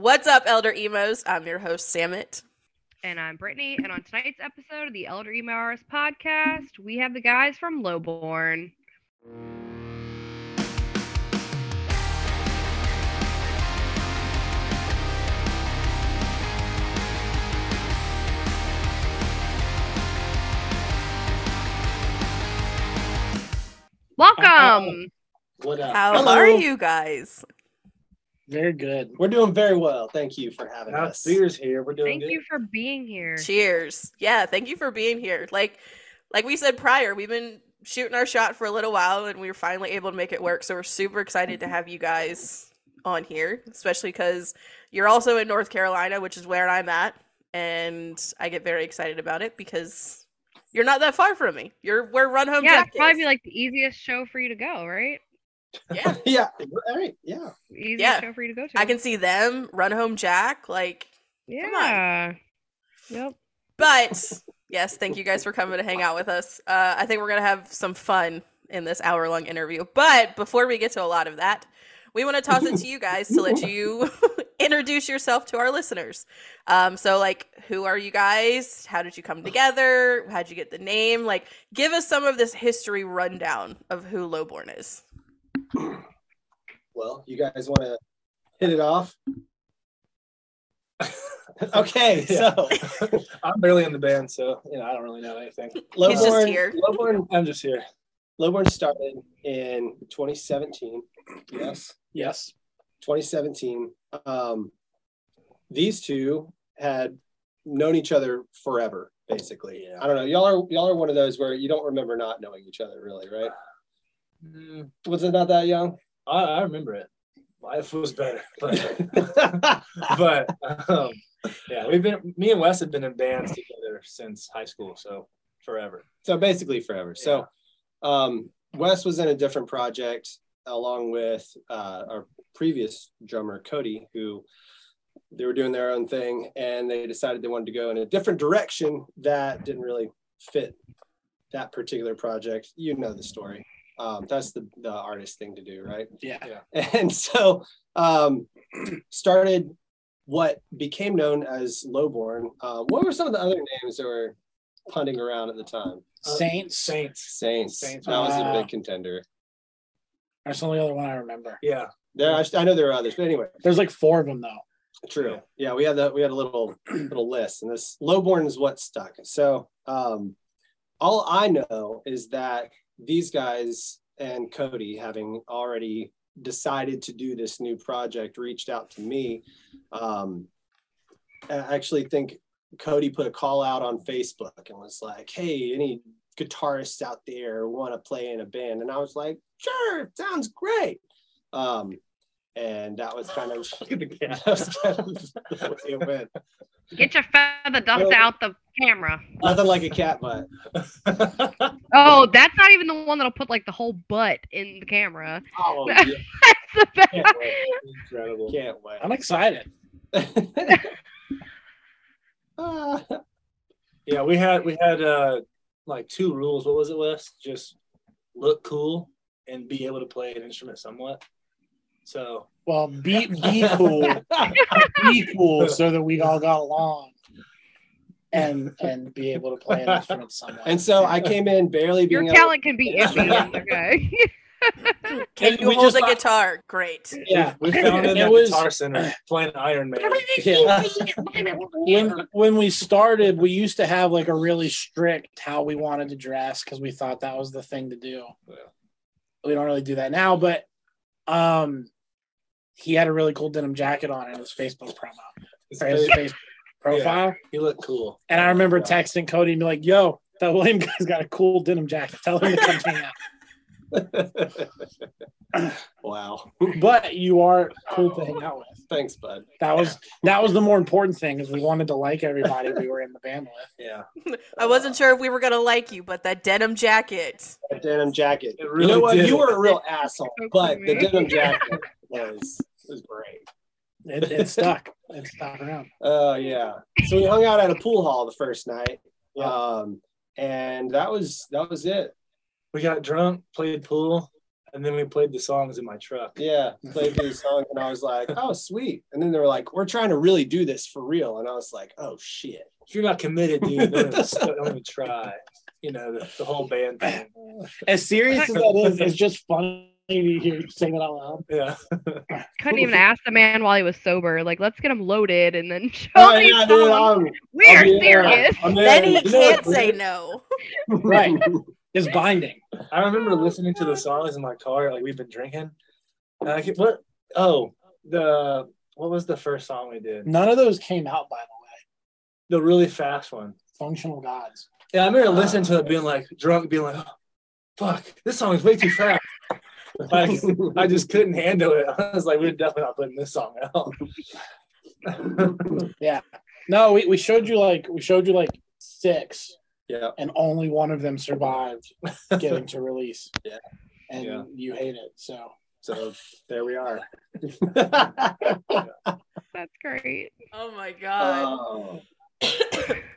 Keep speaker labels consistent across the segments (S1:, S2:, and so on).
S1: What's up, Elder Emos? I'm your host, Samit.
S2: And I'm Brittany. And on tonight's episode of the Elder Emos podcast, we have the guys from Lowborn. Welcome.
S3: What up?
S1: How
S3: Uh, Hello.
S1: are you guys?
S3: Very good. We're doing very well. Thank you for having
S4: Not
S3: us.
S4: beers here. We're doing
S2: Thank
S4: good.
S2: you for being here.
S1: Cheers. Yeah, thank you for being here. Like like we said prior, we've been shooting our shot for a little while and we were finally able to make it work. So we're super excited to have you guys on here, especially cuz you're also in North Carolina, which is where I'm at, and I get very excited about it because you're not that far from me. You're where Run Home
S2: yeah,
S1: Jack
S2: it's probably
S1: is.
S2: be like the easiest show for you to go, right?
S1: yeah.
S3: Yeah. All right. Yeah.
S2: Easiest
S1: Yeah.
S2: show for you to go to.
S1: I can see them, Run Home Jack, like on.
S2: Yeah. Yep.
S1: But yes, thank you guys for coming to hang out with us. Uh, I think we're going to have some fun in this hour long interview. But before we get to a lot of that, we want to toss it to you guys to let you introduce yourself to our listeners. Um, so, like, who are you guys? How did you come together? How'd you get the name? Like, give us some of this history rundown of who Lowborn is.
S3: Well, you guys want to hit it off? okay. So,
S4: I'm barely in the band, so you know I don't really know anything.
S3: Lowborn,
S1: just here.
S3: Lowborn,
S4: I'm just here.
S3: Lowborn started in 2017. Yes.
S4: Yes.
S3: 2017. Um, these two had known each other forever, basically.
S4: Yeah.
S3: I don't know. Y'all are y'all are one of those where you don't remember not knowing each other, really, right?
S4: Mm,
S3: Was it not that young?
S4: I, I remember it. Life was better, but but um, yeah, we've been. Me and Wes have been in bands together since high school, so forever.
S3: so basically forever. So um, Wes was in a different project along with uh, our previous drummer Cody, who they were doing their own thing, and they decided they wanted to go in a different direction that didn't really fit that particular project. You know the story. Um, that's the the artist thing to do, right?
S4: yeah, yeah.
S3: and so um, started what became known as Lowborn. Uh, what were some of the other names that were punting around at the time?
S5: Saints.
S4: Saints.
S3: Saints.
S4: Saints.
S3: That was a
S5: Wow.
S3: big contender.
S5: That's the only other one I remember.
S4: Yeah,
S3: There, I, I know there are others, but anyway,
S5: There's like four of them though.
S3: true. Yeah, we had that. We had a little little list, and this Lowborn is what stuck. So, um, all I know is that these guys and Cody, having already decided to do this new project, reached out to me. Um, I actually think Cody put a call out on Facebook and was like, "Hey, any guitarists out there want to play in a band?" And I was like, "Sure, sounds great." Um, and that was kind of that was kind of the way it went.
S2: Get your feather dust
S3: Well-
S2: out the camera.
S3: Nothing like a cat butt.
S2: Oh, that's not even the one that'll put like the whole butt in the camera.
S3: Oh, yeah,
S2: That's the best.
S4: Can't wait. incredible.
S3: can't
S5: I'm excited.
S3: wait. Ah,
S4: Yeah, we had we had uh like two rules. What was it, Wes? Just look cool and be able to play an instrument somewhat. So
S5: Well, be be cool, be cool, so that we all got along, and and be able to play an instrument somewhere.
S3: and so I came in barely being
S2: Your
S3: able
S2: talent can be iffy. Okay.
S1: Can
S4: And
S1: you
S4: we
S1: hold
S4: just
S1: a
S4: like-
S1: guitar? Great.
S5: yeah.
S4: we found it
S5: It
S4: at
S5: was-
S4: Guitar Center playing Iron Man.
S5: yeah. When when we started, we used to have like a really strict how we wanted to dress because we thought that was the thing to do.
S4: Yeah.
S5: We don't really do that now, but um, he had a really cool denim jacket on in his Facebook promo, or his Facebook profile.
S4: He looked cool.
S5: And I remember
S3: Yeah.
S5: texting Cody and be like, "Yo, that William guy's got a cool denim jacket. Tell him to come hang out."
S3: wow.
S5: But you are cool to hang out with.
S3: Thanks, bud.
S5: That was that was the more important thing is we wanted to like everybody we were in the band with.
S4: Yeah.
S1: I wasn't sure if we were going to like you, but that denim jacket.
S3: The denim jacket.
S4: It really
S3: you know what?
S4: did.
S3: You were a real asshole, but the
S2: Okay.
S3: denim jacket was was great.
S5: It, it stuck. It stuck around.
S3: Oh yeah. So we hung out at a pool hall the first night.
S5: Yeah.
S3: Um, and that was that was it.
S4: We got drunk, played pool, and then we played the songs in my truck.
S3: Yeah, played these songs, and I was like, "Oh, sweet!" And then they were like, "We're trying to really do this for real," and I was like, "Oh shit!"
S4: If you're not committed, dude, don't even, don't even try. You know, the, the whole band thing.
S5: As serious as that is, it's just funny to hear you say that out loud.
S4: Yeah.
S2: Couldn't even ask the man while he was sober. Like, let's get him loaded and then show
S3: Oh,
S2: these
S3: yeah, dude,
S2: songs.
S3: I'm-
S2: We are
S3: I'll be uh, there.
S2: serious.
S4: I'm
S1: Then he
S4: there. You know
S1: can't
S4: what?
S1: say no.
S5: Right. It's binding.
S4: I remember listening to the songs in my car, like we've been drinking. And I get, what? Oh, the what was the first song we did?
S5: None of those came out, by the way.
S4: The really fast one.
S5: Functional gods.
S4: Yeah, I
S5: Ah,
S4: remember listening to it, being like drunk, being like, oh, "Fuck, this song is way too fast." like, I just couldn't handle it. I was like, "We're definitely not putting this song out."
S5: No, we, we showed you like we showed you like six,
S3: yeah,
S5: and only one of them survived getting to release.
S3: Yeah.
S5: And
S4: Yeah.
S5: you hate it. So
S3: so there we are.
S2: That's great.
S1: Oh my god.
S3: Oh,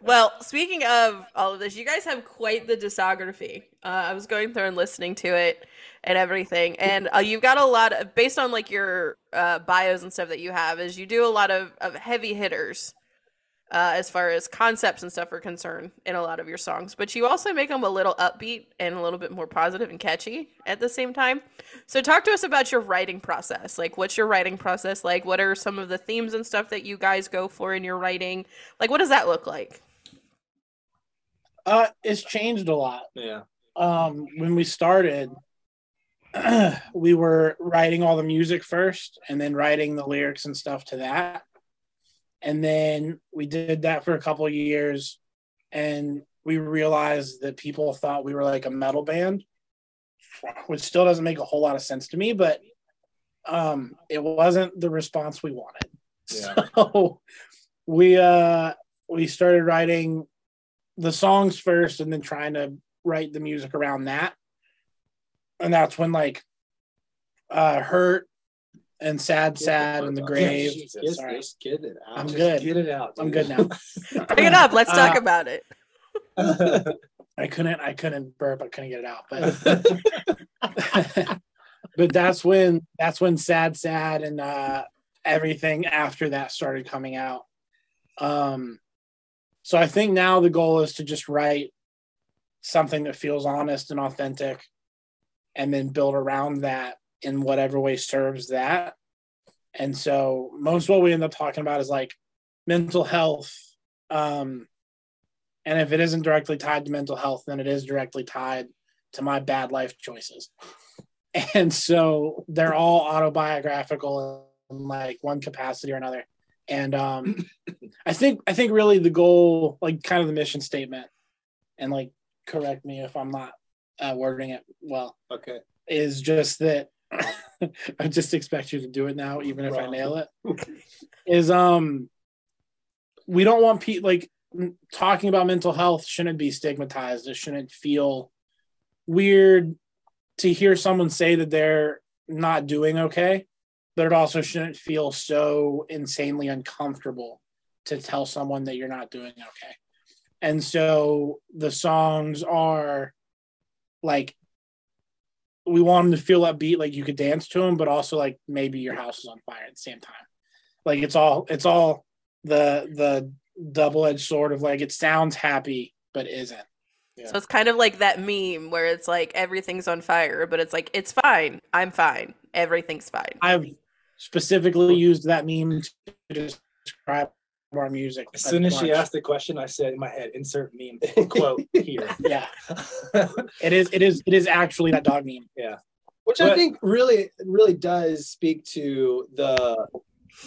S1: well, speaking of all of this, you guys have quite the discography. Uh, I was going through and listening to it and everything, and uh, you've got a lot of based on like your uh, bios and stuff that you have. Is you do a lot of of heavy hitters uh, as far as concepts and stuff are concerned in a lot of your songs, but you also make them a little upbeat and a little bit more positive and catchy at the same time. So, talk to us about your writing process. Like, what's your writing process like? What are some of the themes and stuff that you guys go for in your writing? Like, what does that look like?
S5: uh it's changed a lot.
S4: yeah,
S5: um, when we started, we were writing all the music first and then writing the lyrics and stuff to that. And then we did that for a couple of years and we realized that people thought we were like a metal band, which still doesn't make a whole lot of sense to me, but um, it wasn't the response we wanted.
S4: Yeah.
S5: So we uh, we started writing the songs first and then trying to write the music around that. And that's when like uh hurt and sad sad and the grave.
S3: Yeah, Jesus,
S5: Yes, sorry.
S3: just get it out.
S5: I'm
S4: Just
S5: good.
S4: Get it out.
S5: I'm
S4: dude.
S5: good now.
S1: Bring it up. Let's talk
S5: Uh,
S1: about it.
S5: I couldn't I couldn't burp, I couldn't get it out. But but that's when that's when sad sad and uh everything after that started coming out. Um so I think now the goal is to just write something that feels honest and authentic and then build around that in whatever way serves that. And so most what we end up talking about is like mental health um and if it isn't directly tied to mental health, then it is directly tied to my bad life choices. And so they're all autobiographical in like one capacity or another. And um, I think I think really the goal, like kind of the mission statement, and like correct me if I'm not uh, wording it well,
S3: okay.
S5: is just that I just expect you to do it now, even if I
S3: Wrong.
S5: nail it. is um, we don't want people like m- talking about mental health shouldn't be stigmatized. It shouldn't feel weird to hear someone say that they're not doing okay, but it also shouldn't feel so insanely uncomfortable to tell someone that you're not doing okay. And so the songs are like we want them to feel upbeat, like you could dance to them, but also like maybe your house is on fire at the same time. Like it's all it's all the the double edged sword of like it sounds happy but isn't.
S1: So it's kind of like that meme where it's like everything's on fire, but it's like it's fine. I'm fine. Everything's fine.
S5: I've specifically used that meme to describe our music.
S4: As soon as she
S5: Bunch.
S4: asked the question, I said in my head, "Insert meme quote here."
S5: yeah, it is it is it is actually that dog meme.
S3: which I
S4: But-
S3: think really really does speak to the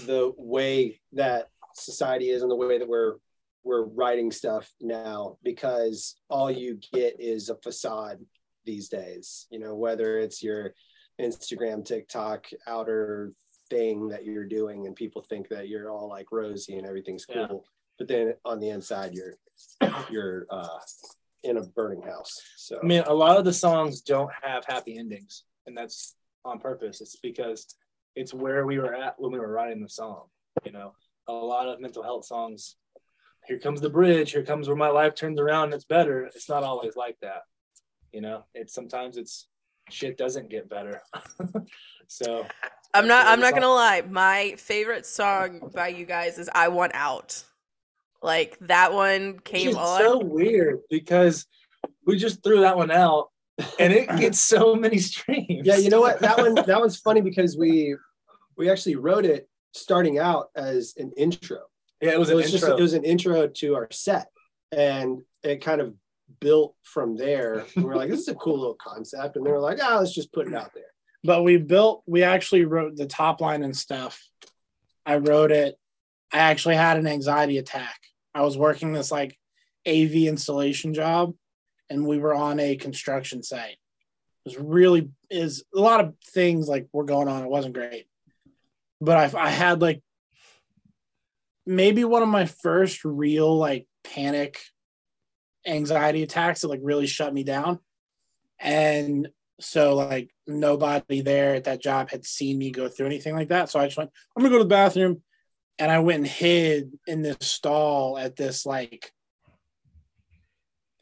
S3: the way that society is and the way that we're we're writing stuff now because all you get is a facade these days you know whether it's your Instagram TikTok outer thing that you're doing and people think that you're all like rosy and everything's cool
S4: Yeah.
S3: but then on the inside you're you're uh in a burning house so
S4: I mean, a lot of the songs don't have happy endings, and that's on purpose. It's because it's where we were at when we were writing the song. You know, a lot of mental health songs. Here comes the bridge. Here comes where my life turns around. It's better. It's not always like that. You know, it's sometimes it's shit doesn't get better. so
S1: I'm not.
S4: Favorite
S1: I'm not
S4: song.
S1: gonna lie. My favorite song by you guys is "I Want Out." Like that one
S4: which
S1: came
S4: is
S1: on.
S4: so weird because we just threw that one out and it gets so many streams.
S3: Yeah, you know what? That one that one's funny because we we actually wrote it starting out as an intro.
S4: Yeah, it was
S3: it
S4: an
S3: was
S4: intro.
S3: just it was an intro to our set and it kind of built from there we were like this is a cool little concept and they were like ah let's just put it out there
S5: but we built we actually wrote the top line and stuff i wrote it i actually had an anxiety attack i was working this like av installation job and we were on a construction site it was really is a lot of things like were going on it wasn't great but i, I had like maybe one of my first real like panic anxiety attacks that like really shut me down and so like nobody there at that job had seen me go through anything like that. So I just went, I'm gonna go to the bathroom. And I went and hid in this stall at this like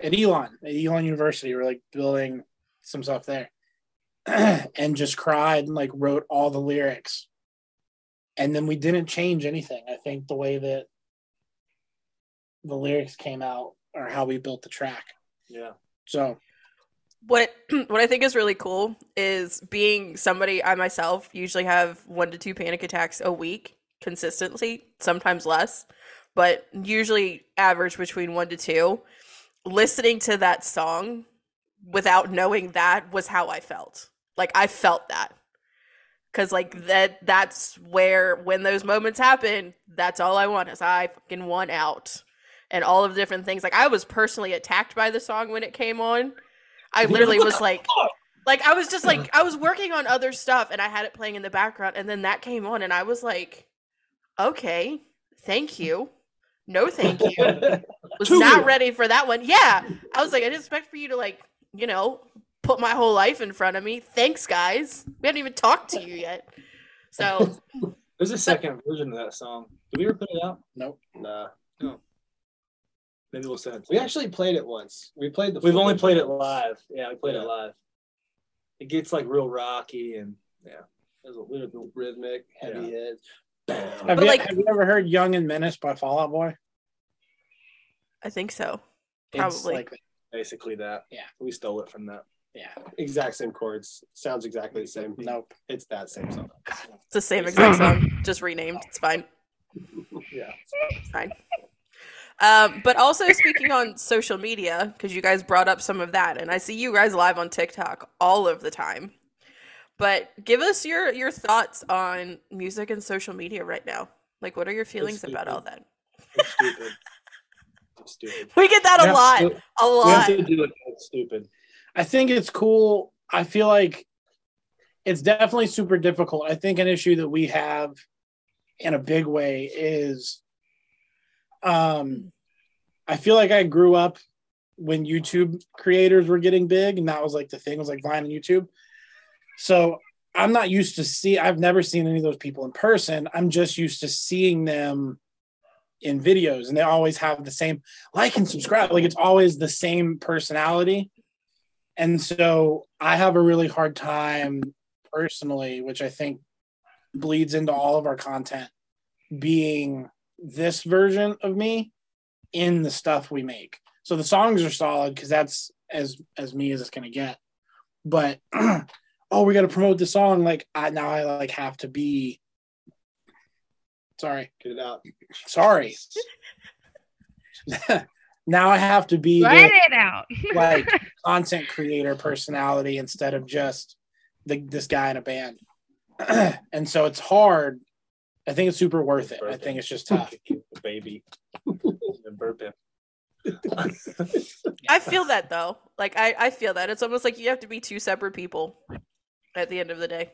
S5: at Elon, at Elon University. We're like building some stuff there. and just cried and like wrote all the lyrics. And then we didn't change anything. I think the way that the lyrics came out or how we built the track.
S4: yeah.
S5: So
S1: what what I think is really cool is being somebody I myself usually have one to two panic attacks a week consistently, sometimes less, but usually average between one to two. Listening to that song without knowing that was how I felt. Like I felt that. Cause like that that's where when those moments happen, that's all I want is I fucking want out. And all of the different things. Like I was personally attacked by the song when it came on. I
S4: You're
S1: literally
S4: like,
S1: was like
S4: fuck?
S1: like I was just like I was working on other stuff and I had it playing in the background and then that came on and I was like, Okay, thank you. No thank you was
S3: Two
S1: not
S3: wheeler.
S1: ready for that one. Yeah. I was like, I didn't expect for you to like, you know, put my whole life in front of me. Thanks, guys. We haven't even talked to you yet. So
S4: There's a second version of that song. Did we ever put it out?
S5: nope.
S3: nah
S4: Maybe we'll send it. To
S3: we
S4: you.
S3: actually played it once we played the
S4: We've
S3: full
S4: only
S3: version
S4: played it
S3: once.
S4: live. Yeah, we played
S3: Yeah.
S4: it live. It gets like real rocky and yeah, there's a little bit
S3: The rhythmic heavy
S4: Yeah.
S3: hits
S5: Have
S1: But,
S5: you,
S1: like-
S5: have you ever heard Young and Menace by Fallout Boy?
S1: I think so.
S5: It's
S1: Probably.
S5: like
S4: basically that.
S5: Yeah.
S4: we stole it from that.
S5: yeah.
S3: exact same chords sounds exactly the same
S5: Nope.
S3: it's that same song
S1: It's the same exact song, just renamed. It's fine.
S4: Yeah.
S1: It's fine. Um, but also speaking on social media, because you guys brought up some of that, and I see you guys live on TikTok all of the time. But give us your your thoughts on music and social media right now. Like, what are your feelings about all that?
S4: It's stupid. It's stupid.
S1: We get that a lot, a
S4: We
S1: lot.
S4: have to do it. It's stupid.
S5: I think it's cool. I feel like it's definitely super difficult. I think an issue that we have in a big way is um I feel like I grew up when YouTube creators were getting big and that was like the thing was like Vine and YouTube. So I'm not used to see I've never seen any of those people in person. I'm just used to seeing them in videos and they always have the same like and subscribe. Like it's always the same personality. And so I have a really hard time personally, which I think bleeds into all of our content, being this version of me in the stuff we make. So the songs are solid because that's as as me as it's gonna get. But oh, we gotta promote the song. Like I now I like have to be sorry,
S3: get it out
S5: sorry. now I have to be the-
S2: Let it out.
S5: like content creator personality instead of just the, this guy in a band. and so it's hard. I think it's super worth it. I think it's just tough.
S4: Baby. and burp him.
S1: I feel that though. Like I, I feel that. It's almost like you have to be two separate people at the end of the day.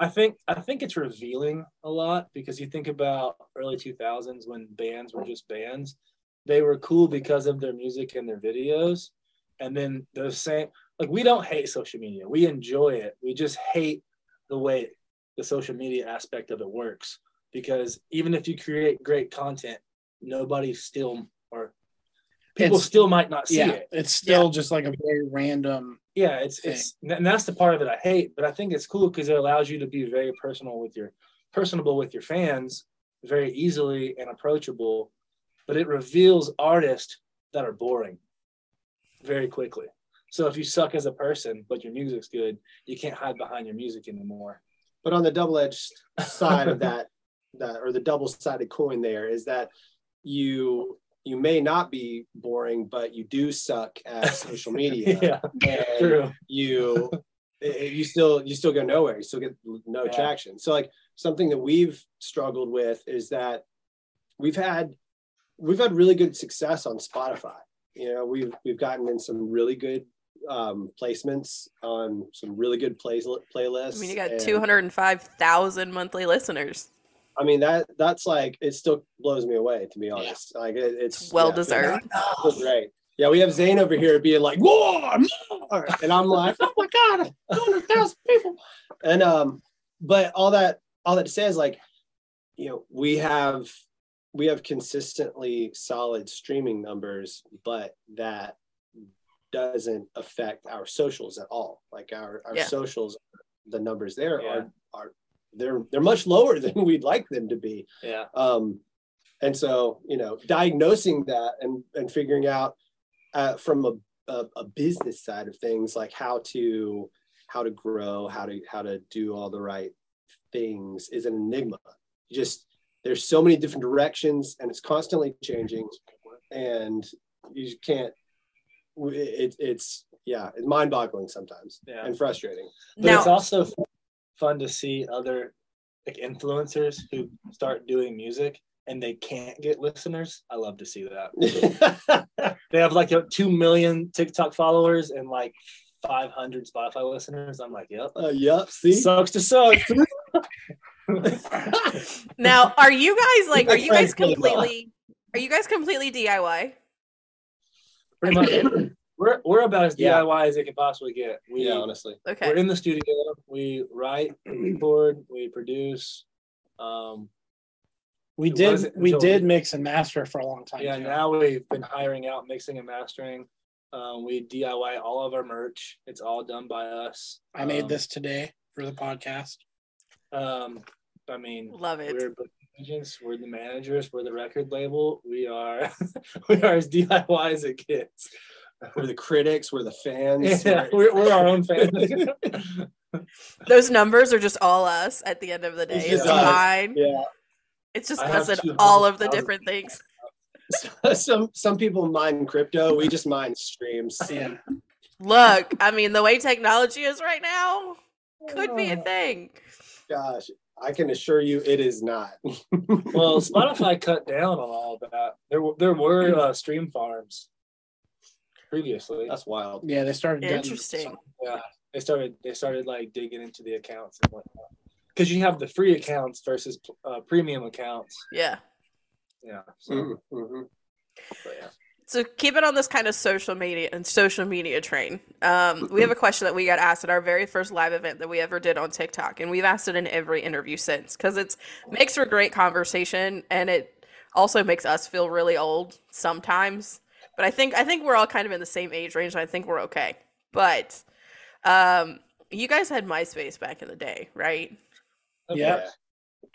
S4: I think I think it's revealing a lot because you think about early 2000s when bands were just bands. They were cool because of their music and their videos. And then those same like we don't hate social media. We enjoy it. We just hate the way the social media aspect of it works because even if you create great content, nobody still or people
S5: It's-
S4: still might not see
S5: yeah,
S4: it.
S5: it's still just like a very random.
S4: Yeah, it's it's and that's the part of it I hate, but I think it's cool because it allows you to be very personal with your personable with your fans very easily and approachable, but it reveals artists that are boring very quickly. So if you suck as a person but your music's good, you can't hide behind your music anymore.
S3: But on the double-edged side of that, that or the double-sided coin there is that you you may not be boring, but you do suck at social media.
S4: Yeah,
S3: And
S4: true.
S3: you it- it- you still you still go nowhere you still get no
S4: Yeah.
S3: traction so like something that we've struggled with is that we've had we've had really good success on spotify you know we've we've gotten in some really good um placements on some really good plays
S1: I
S3: playlists
S1: mean, you got
S3: and-
S1: 205,000 monthly listeners.
S3: i mean that that's like it still blows me away to be honest like it, it's
S1: It's well
S3: yeah,
S1: deserved.
S3: it feels great yeah we have zane over here being like more more and i'm like
S5: Oh my god, two hundred thousand people.
S3: and um but all that all that to say is like you know we have we have consistently solid streaming numbers but that doesn't affect our socials at all like our our
S1: Yeah.
S3: socials the numbers there
S4: Yeah.
S3: are are they're they're much lower than we'd like them to be
S4: Yeah.
S3: um, and so, you know, diagnosing that and, and figuring out uh, from a, a, a business side of things, like how to how to grow, how to how to do all the right things is an enigma. You just there's so many different directions, and it's constantly changing, and you just can't. It, it's yeah, it's mind-boggling sometimes
S4: Yeah.
S3: and frustrating.
S4: But it's
S1: Now,
S4: also f- fun to see other like influencers who start doing music and they can't get listeners. I love to see that. They have like a, two million TikTok followers and like 500 Spotify listeners. I'm like, yep.
S3: uh, yep. See,
S4: Sucks to suck.
S1: now, are you guys like, are you guys
S3: Frankly, no.
S1: completely, are you guys completely DIY?
S4: Pretty much. We're, we're about as
S3: Yeah.
S4: DIY as it can possibly get. We,
S3: yeah, honestly.
S1: Okay.
S4: we're in the studio. We write, we record, we produce. Um,
S5: We
S4: It
S5: did
S4: wasn't
S5: we
S4: until-
S5: did mix and master for a long time.
S4: yeah,
S5: too.
S4: now we've been hiring out, mixing and mastering. Um, we DIY all of our merch. It's all done by us.
S5: I made
S4: Um,
S5: this today for the podcast.
S4: Um, I mean,
S1: Love it.
S4: We're book agents. We're the managers. We're the record label. We are we are as DIY as it gets.
S3: We're the critics. We're the fans.
S4: Yeah,
S3: we're-
S4: we're, we're our own family.
S1: Those numbers are just all us at the end of the day. It's,
S3: just us.
S1: fine.
S3: yeah.
S1: It's just
S4: I
S1: us
S4: have
S1: and
S4: two
S1: all of the
S4: thousand.
S1: different things.
S3: some some people mine crypto. We just mine streams.
S5: Yeah.
S1: Look, I mean, the way technology is right now could be
S5: Oh.
S1: a thing.
S3: Gosh, I can assure you, it is not.
S4: well, Spotify cut down on all of that. There were there were uh, stream farms previously.
S3: that's wild.
S5: Yeah, they started getting
S1: Interesting.
S5: some-
S4: They started they started like digging into the accounts and whatnot because you have the free accounts versus uh, premium accounts.
S1: Yeah.
S4: Yeah. So,
S3: Mm, mhm.
S4: but yeah.
S1: So keep it on this kind of social media and social media train. Um, we have a question that we got asked at our very first live event that we ever did on TikTok, and we've asked it in every interview since because it's makes for great conversation, and it also makes us feel really old sometimes. But I think I think we're all kind of in the same age range, and I think we're okay. But um, you guys had MySpace back in the day, right?
S5: Yeah.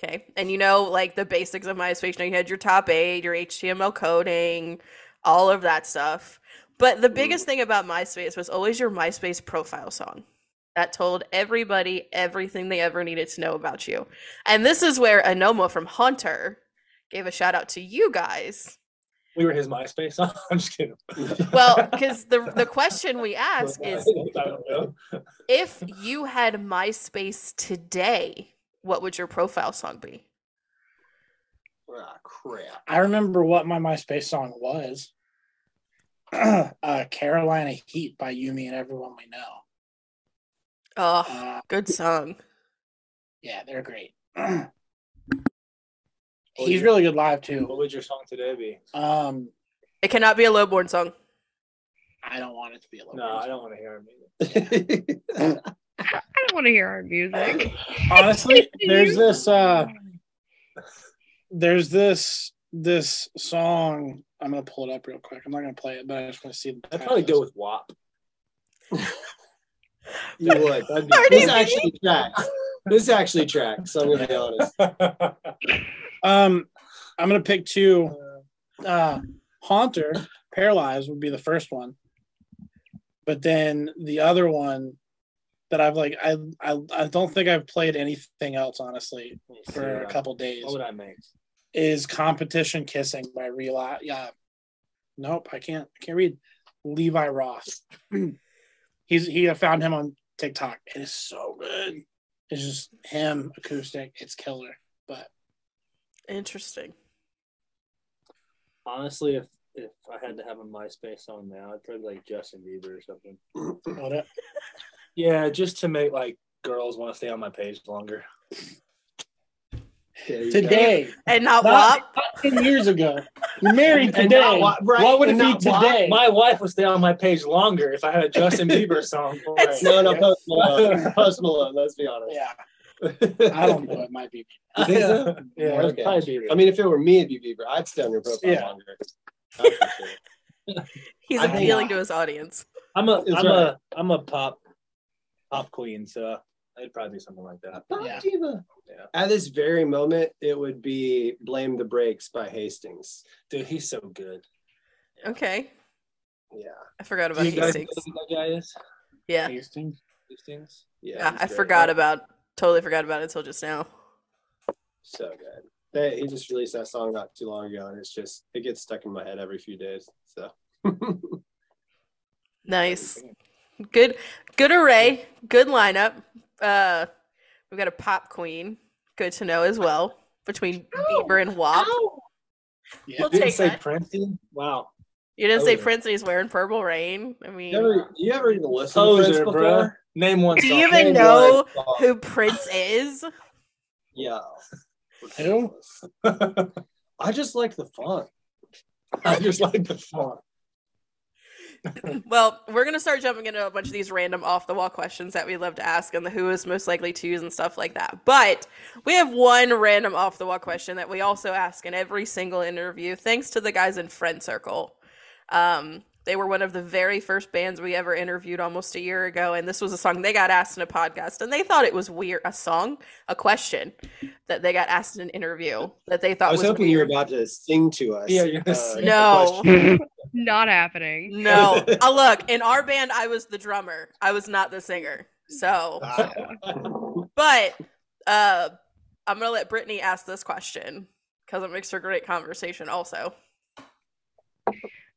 S1: Okay. And you know, like the basics of MySpace, you know, you had your top eight, your HTML coding, all of that stuff. But the biggest thing about MySpace was always your MySpace profile song that told everybody everything they ever needed to know about you. And this is where Anoma from Hunter gave a shout out to you guys.
S4: We were his MySpace. I'm just kidding.
S1: Well, because the the question we ask is
S4: I don't know.
S1: if you had MySpace today, what would your profile song be?
S3: Ah, crap.
S5: I remember what my MySpace song was. uh, Carolina Heat by Yumi and everyone we know.
S1: Oh,
S5: Uh,
S1: good song.
S5: yeah, they're great.
S4: Oh,
S5: He's
S4: yeah.
S5: really good live too.
S4: What would your song today be?
S5: Um,
S1: It cannot be a lowborn song.
S5: I don't want it to be a little.
S4: No, I don't want to hear him either.
S2: I don't want to hear our music.
S5: Honestly, there's uh, this uh, there's this this song I'm gonna pull it up real quick. I'm not gonna play it, but I just want to see. the
S4: I'd
S5: title
S4: probably
S5: list.
S4: go with WAP.
S3: You would. That'd be-
S1: Party
S3: this
S1: B?
S3: actually tracks. This actually tracks. I'm gonna be honest.
S5: Um, I'm gonna pick two. Uh, Haunter, Paralyzed would be the first one, but then the other one that I've like I I, I don't think I've played anything else honestly for
S4: Yeah.
S5: a couple days
S4: What would I make?
S5: is Competition Kissing by Reli. Yeah, nope, I can't I can't read Levi Ross. He's he I found him on TikTok. It is so good. It's just him acoustic. It's killer. But
S1: Interesting.
S4: Honestly, if if I had to have a MySpace on now, I'd probably like Justin Bieber or something.
S5: what up?
S4: Yeah, just to make like girls want to stay on my page longer.
S3: There you go.
S5: today,
S1: And not
S5: not,
S1: WAP.
S5: not ten years ago. You're married
S4: And
S5: today.
S4: not wa- right,
S5: What would it
S4: and
S5: be
S4: not wa-
S5: today?
S4: My wife would stay on my page longer if I had a Justin Bieber song. for it.
S1: It's-
S3: No, no, Post Malone. Post Malone. Let's be honest.
S5: yeah, I don't know. It might be.
S3: You think so?
S4: Yeah, it would
S3: Okay.
S4: probably be-
S3: I mean, if it were me, it'd be Bieber. I'd stay on your profile
S5: Yeah.
S3: longer. That's for sure.
S1: He's
S4: I think-
S1: appealing to his audience.
S4: I'm a
S3: It's right.
S4: I'm a I'm a pop pop queen, so it'd probably be something like that.
S5: Yeah.
S3: Diva.
S4: Yeah.
S3: At this very moment, it would be "Blame the Brakes" by Hastings.
S4: Dude, he's so good.
S1: Okay.
S3: Yeah,
S1: I forgot
S4: Do
S1: about
S4: you guys know
S1: Hastings.
S4: who that guy is?
S1: Yeah.
S5: Hastings.
S4: Hastings?
S1: yeah.
S3: yeah.
S1: I
S3: he's great.
S1: forgot about, totally forgot about it until just now.
S3: So good. They, he just released that song not too long ago, and it's just it gets stuck in my head every few days. So
S1: Nice. Good, good array. Good lineup. Uh, we've got a pop queen. Good to know as well between Bieber and WAP.
S5: Yeah.
S1: We'll
S4: didn't
S1: take
S4: say oh,
S1: that.
S4: Princeton? Wow.
S1: You didn't say
S4: Poser.
S1: Prince and he's wearing Purple Rain. I mean,
S3: you ever you ever even listen to
S4: Poser,
S3: Prince
S4: bro.
S3: before?
S4: Name one
S1: Do
S4: song.
S1: you even
S3: Name
S1: know
S3: one song.
S1: who Prince is?
S3: Yeah.
S5: Who?
S3: I just like the font.
S4: I just like the font.
S1: Well, we're gonna start jumping into a bunch of these random off the wall questions that we love to ask and the who is most likely to use and stuff like that. But we have one random off the wall question that we also ask in every single interview, thanks to the guys in Friend Circle. Um, they were one of the very first bands we ever interviewed almost a year ago, and this was a song they got asked in a podcast, and they thought it was weird a song, a question that they got asked in an interview that they thought
S3: I was, hoping
S1: weird.
S3: you were about to sing to us.
S4: Yeah, you're gonna
S3: uh,
S4: sing.
S1: no.
S2: Not happening.
S1: No. uh, look, in our band, I was the drummer. I was not the singer. So,
S3: Ah,
S1: but uh, I'm going to let Brittany ask this question because it makes for great conversation also.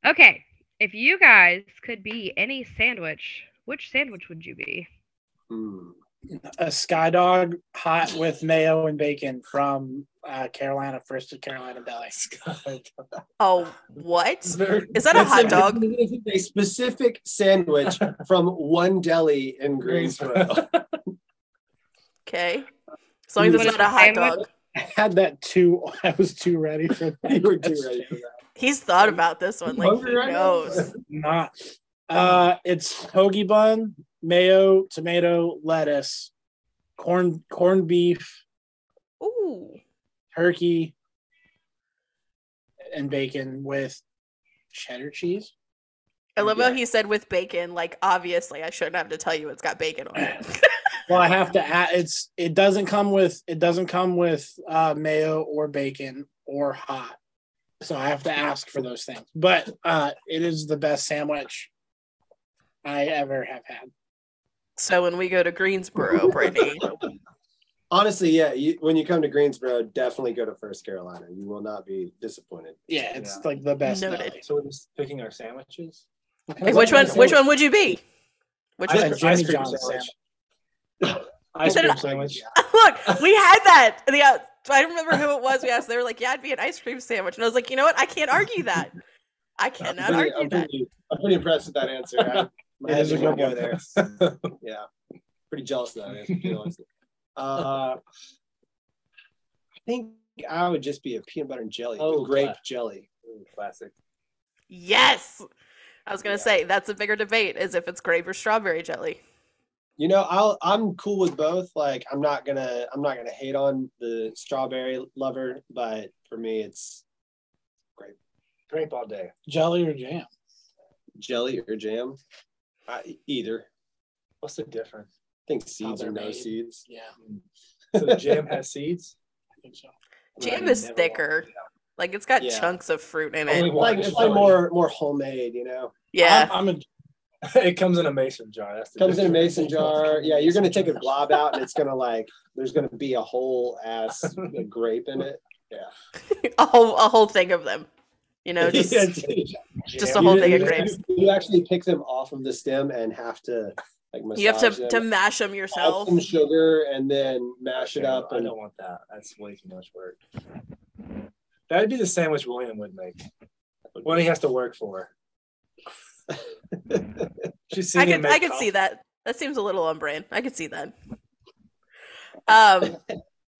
S2: Okay, if you guys could be any sandwich, which sandwich would you be?
S3: Hmm.
S5: A sky dog hot with mayo and bacon from uh, Carolina, first to Carolina Deli.
S1: Oh, what?
S4: Very-
S1: Is that a hot
S3: It's
S1: dog?
S3: it is A specific sandwich from one deli in Greensboro.
S1: Okay. As long as it's
S2: What is
S1: not a hot
S2: sandwich?
S1: dog.
S5: I had that too. I was too ready for that.
S3: you were too ready for that.
S1: He's thought about this one. Like,
S3: Hungry
S1: he
S3: right now?
S1: knows.
S5: Not. Uh, it's hoagie bun, mayo, tomato, lettuce, corn, corned beef,
S1: Ooh.
S5: turkey, and bacon with cheddar cheese.
S1: I love how
S3: Yeah.
S1: he said with bacon. Like, obviously, I shouldn't have to tell you it's got bacon on it.
S5: Well, I have to add it's it doesn't come with it doesn't come with uh, mayo or bacon or hot. So I have to ask for those things. But uh, it is the best sandwich I ever have had.
S1: so, when we go to Greensboro, Brittany,
S3: Honestly, yeah. You, when you come to Greensboro, definitely go to First Carolina. You will not be disappointed.
S5: Yeah, it's
S4: Yeah.
S5: like the best.
S1: Noted.
S5: deli.
S4: so we're just picking our sandwiches?
S1: Like, which one? Which one would you be? Which
S5: I
S1: one?
S5: said
S4: Ice
S5: Jimmy
S4: cream
S5: John's
S4: sandwich.
S1: You
S4: Ice
S1: said
S4: cream
S1: it-
S4: sandwich.
S1: Look, we had that. The uh, I don't remember who it was. We asked. They were like, "Yeah, it'd be an ice cream sandwich," and I was like, "You know what? I can't argue that. I cannot
S3: I'm, pretty,
S1: argue
S3: I'm,
S1: that."
S3: pretty, I'm pretty impressed with that answer. I, my
S5: It is
S3: head
S5: a good
S3: didn't
S5: one.
S3: there. yeah, pretty jealous of that answer. to be honest. Uh, I think I would just be a peanut butter and jelly,
S4: Oh,
S3: grape
S4: God.
S3: jelly.
S4: Ooh, Classic.
S1: Yes, I was gonna say that's a bigger debate is if it's grape or strawberry jelly.
S3: You know, I'll I'm cool with both. Like I'm not gonna I'm not gonna hate on the strawberry lover, but for me it's grape.
S4: grape all day.
S5: Jelly or jam?
S3: Jelly or jam? I, either.
S4: What's the difference?
S3: I think seeds
S5: they're
S3: or no
S5: made.
S3: seeds.
S5: Yeah,
S4: So the jam has seeds.
S5: I think so.
S1: Jam
S4: Right,
S1: is
S4: never
S1: thicker. Like it's got
S3: Yeah. Oh,
S1: chunks of fruit in
S4: Only
S1: it.
S4: one.
S3: Like it's like more more homemade, you know.
S1: Yeah.
S5: I'm, I'm a
S4: wanted- it comes in a mason jar. That's the
S3: Comes in a
S4: difference.
S3: mason jar. Yeah, you're gonna take a glob out and it's gonna like there's gonna be a whole ass grape in it.
S1: a whole a whole thing of them. You know, just
S3: Yeah, dude.
S1: just a
S4: Jam.
S1: whole
S3: You-
S1: thing of
S3: you-
S1: grapes.
S3: You actually pick them off of the stem and have to like massage
S1: you have to
S3: them,
S1: to mash them
S3: add
S1: yourself.
S3: some sugar and then mash it
S4: Okay,
S3: up
S4: I
S3: and
S4: don't want that. That's way too much work. That'd be the sandwich William would make. What he has to work for. She's seen
S1: I
S4: him
S1: could
S4: make
S1: I could see that. That seems a little on brand. I could see that. Um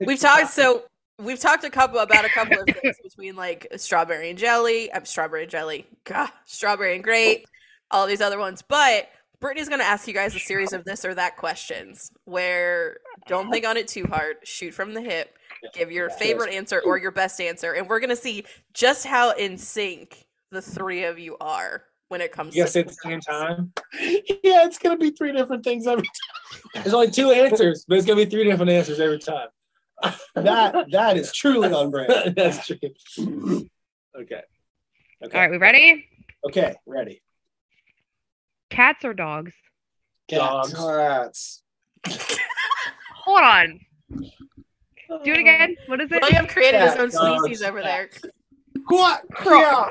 S1: we've talked so we've talked a couple about a couple of things between like strawberry and jelly, uh, strawberry and jelly, God, strawberry and grape, all these other ones. But Brittany's gonna ask you guys a series of this or that questions where don't think on it too hard, shoot from the hip, give your favorite answer or your best answer, and we're gonna see just how in sync the three of you are when it comes
S4: You gotta
S1: to
S4: say it at the same time.
S5: yeah, it's gonna be three different things every
S4: There's only two answers, but it's gonna be three different answers every time.
S3: that that is truly on brand.
S4: That's true. Okay.
S2: All right, we ready?
S3: Okay, ready.
S2: Cats or dogs?
S5: Dogs.
S3: Cats.
S2: Hold on. Do it again. What is it?
S1: William created his
S3: Yeah,
S1: own
S3: dogs,
S1: species over there.
S3: Quack,
S2: Craw.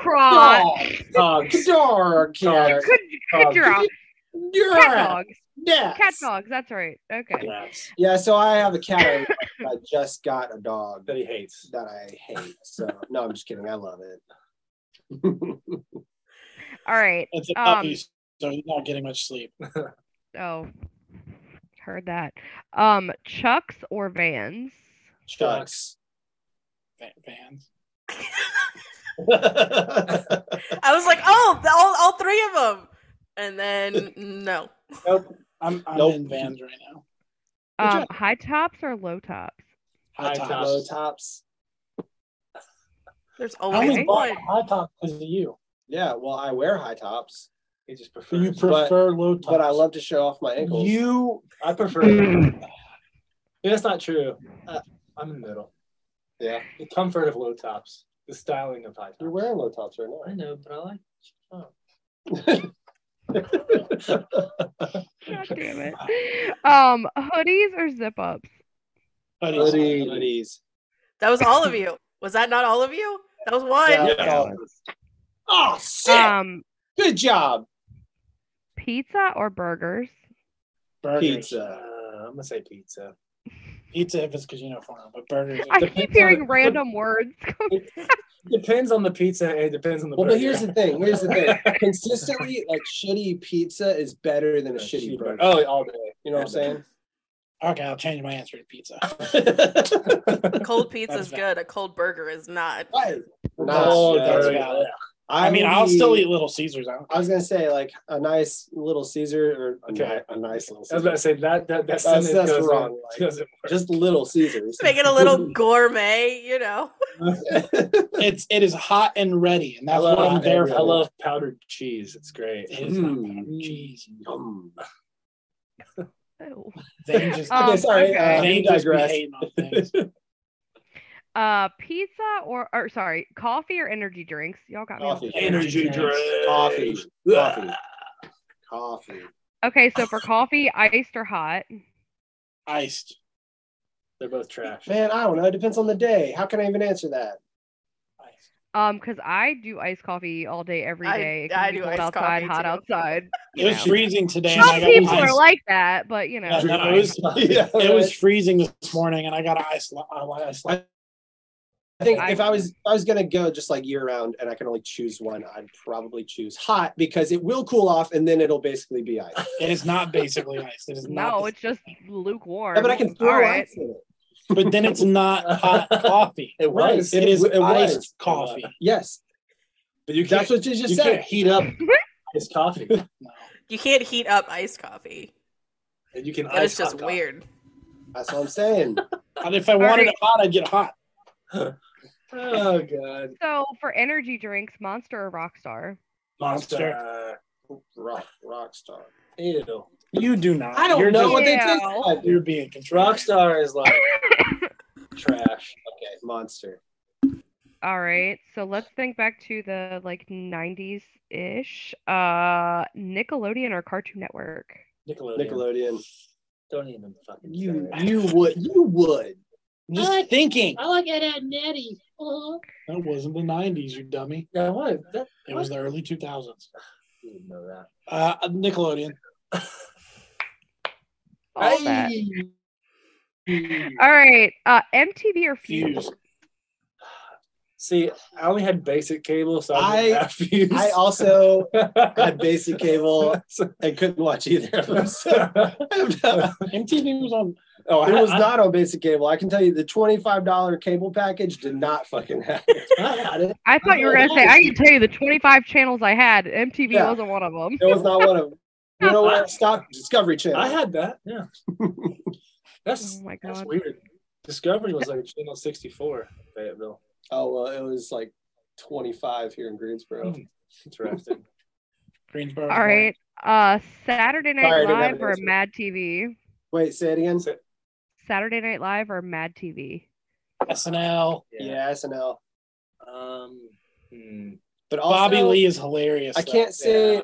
S2: Craw.
S3: craw,
S4: Dogs.
S3: dog, cat,
S2: Could could
S4: Dogs.
S2: draw. Cat
S3: cat,
S2: dogs.
S3: yes.
S2: Cat dogs. That's right. Okay.
S4: Cats.
S3: Yeah, so I have a cat. I I just got a dog
S4: That he hates.
S3: that I hate. So no, I'm just kidding. I love it.
S2: All right.
S5: It's a
S2: Um,
S5: puppy, so he's not getting much sleep.
S2: Oh, heard that. Um, Chucks or Vans?
S3: Chucks.
S5: Van- Vans.
S3: nope.
S1: I was like, oh, the- all, all three of them. And then no.
S5: I'm, I'm
S3: Nope.
S5: in vans right now.
S3: Good
S2: Um, high tops or low tops?
S5: High
S4: High
S5: tops.
S3: Low tops.
S1: There's
S5: I
S1: always
S5: only
S2: Okay.
S5: bought
S1: one.
S5: high tops because of you.
S3: Yeah, well, I wear high tops,
S4: He just
S5: So you
S4: prefers.
S5: prefer low tops.
S3: but I love to show off my ankles.
S5: you.
S4: I prefer. Yeah, that's not true. Uh, I'm in the middle.
S3: yeah,
S4: The comfort of low tops, the styling of high
S3: you're
S4: tops.
S3: wearing low tops right
S4: I know, but I like.
S3: now.
S2: God damn it. Um, hoodies or zip ups?
S5: Hoodies.
S3: Hoodie- hoodies.
S1: That was all of you. Was that not all of you? That was one.
S3: Yeah, Oh shit!
S2: Um,
S3: Good job.
S2: pizza or burgers?
S5: Burgers.
S3: Pizza.
S4: Uh, I'm gonna say pizza.
S5: Pizza if it's Casino Farm, but burgers.
S2: I
S5: the
S2: keep
S4: Depends
S2: hearing
S4: on-
S2: random words.
S4: Depends on the pizza. and It depends on the.
S3: Well, but
S4: burger.
S3: here's the thing. Here's the thing. Consistently, like shitty pizza is better than a shitty burger.
S4: Oh, all day.
S3: You know what I'm saying?
S5: okay, I'll change my answer to pizza.
S1: Cold pizza is
S5: That's
S1: good. A cold burger is not.
S3: Right.
S4: Oh,
S3: Nah,
S5: that's
S4: burger.
S5: valid.
S3: I,
S5: I mean,
S3: would
S5: I'll still
S3: be-
S5: eat Little Caesars. I don't
S3: I was gonna say like a nice little Caesar or a,
S4: Okay.
S3: ni- a nice little
S4: I was about
S3: Caesar.
S4: to say that that that
S3: That's-
S4: sentence
S3: that's
S4: doesn't,
S3: wrong.
S4: doesn't work.
S3: Just little Caesars.
S1: Make it a little gourmet, you know.
S5: it's it is hot and ready, and
S4: I
S5: that's
S4: love,
S5: what I'm
S3: hot
S5: there
S3: and
S5: for.
S4: I love powdered cheese. It's great.
S5: It is
S4: Hmm.
S5: not
S3: Mm.
S5: powdered cheese.
S3: Yum.
S2: Ew.
S5: They just
S2: Um,
S3: okay, sorry.
S2: okay.
S3: Uh,
S5: they
S3: you
S5: just be
S3: digress.
S5: hating on things.
S2: Uh, pizza or or sorry, coffee or energy drinks? Y'all got me. off
S3: Coffee.
S5: Energy drinks.
S3: Coffee. Coffee. Coffee.
S2: Okay, so for coffee, iced or hot?
S5: Iced.
S4: They're both trash.
S3: Man, I don't know. It depends on the day. How can I even answer that?
S2: Um, because I do iced coffee all day, every
S1: I-
S2: day. It can
S1: I
S2: be
S1: do
S2: cold
S1: iced
S2: outside,
S1: coffee,
S2: hot
S1: too.
S2: outside.
S5: It was
S2: Yeah.
S5: freezing today. And I
S2: Some
S5: got
S2: people
S5: iced.
S2: are like that, but you know.
S5: Yeah, no, it, was,
S3: Yeah,
S5: it was
S3: right.
S5: freezing this morning, and I got an ice. lo- I like ice. latte.
S3: I think if I was if I was gonna go just like year round and I can only choose one, I'd probably choose hot because it will cool off and then it'll basically be ice.
S5: It is not basically iced. It is not.
S2: No, it's just lukewarm.
S3: Yeah, but I can throw
S2: All right.
S3: ice in it.
S5: but then it's not hot coffee.
S3: It was.
S5: It is
S3: it
S5: iced
S3: was.
S5: coffee.
S3: Yes.
S4: But you
S3: That's
S4: can't.
S3: what you just
S4: You
S3: said.
S4: can't heat up his coffee.
S5: No.
S1: You can't heat up iced coffee.
S4: And you can.
S1: That is
S4: ice
S1: just
S4: hot dog.
S1: weird.
S3: That's what I'm saying.
S5: And if I
S2: right.
S5: wanted it hot, I'd get hot.
S4: Oh god.
S2: So for energy drinks, Monster or Rockstar?
S4: Monster.
S3: Rock, rock star.
S4: Ew.
S5: You do not.
S3: I don't
S5: You're
S3: know
S5: just-
S3: what they
S2: Yeah.
S3: taste like.
S5: You're being controlled.
S4: Rockstar is like trash.
S3: Okay, monster.
S2: All right. So let's think back to the like 90s ish. Uh Nickelodeon or Cartoon Network?
S4: Nickelodeon.
S3: Nickelodeon.
S4: Don't even fucking.
S5: You-
S4: say it.
S5: you would.
S3: You would.
S5: I'm just thinking.
S4: I like it at Netty. Uh-huh.
S5: That wasn't the '90s, you dummy.
S4: Yeah, what? That,
S5: It was the early 2000s.
S4: you didn't know that.
S5: Uh, Nickelodeon.
S2: All that. All right. Uh MTV or Fuse?
S5: Fuse.
S4: See, I only had basic cable, so I,
S3: I-
S4: didn't have views.
S3: I also had
S4: had
S3: basic cable and couldn't watch either of them. So
S5: MTV was on.
S4: oh,
S3: it
S4: I
S3: was
S4: I-
S3: not on basic cable. I can tell you the $25 cable package did not fucking have it.
S4: I had it.
S2: I thought you were gonna say I can tell you the 25 channels I had. MTV
S3: Yeah.
S2: wasn't one of them.
S3: It was not one of them. You know what? Stop Discovery Channel.
S4: I had that. Yeah. That's
S2: Oh my
S4: that's
S2: god.
S4: weird. Discovery was like channel sixty four Fayetteville.
S3: oh, well, it was like 25 here in Greensboro.
S4: Mm. Interesting.
S5: Greensboro.
S2: All right. Uh Saturday Night
S3: Sorry, I didn't have
S2: Live
S3: an
S2: or
S3: answer.
S2: Mad TV?
S3: Wait, say it again.
S4: Say-
S2: Saturday Night Live or Mad TV?
S5: SNL.
S3: Yeah, SNL.
S4: Um. hmm.
S3: But also,
S5: Bobby Lee is hilarious.
S3: I
S5: though.
S3: can't say
S4: yeah.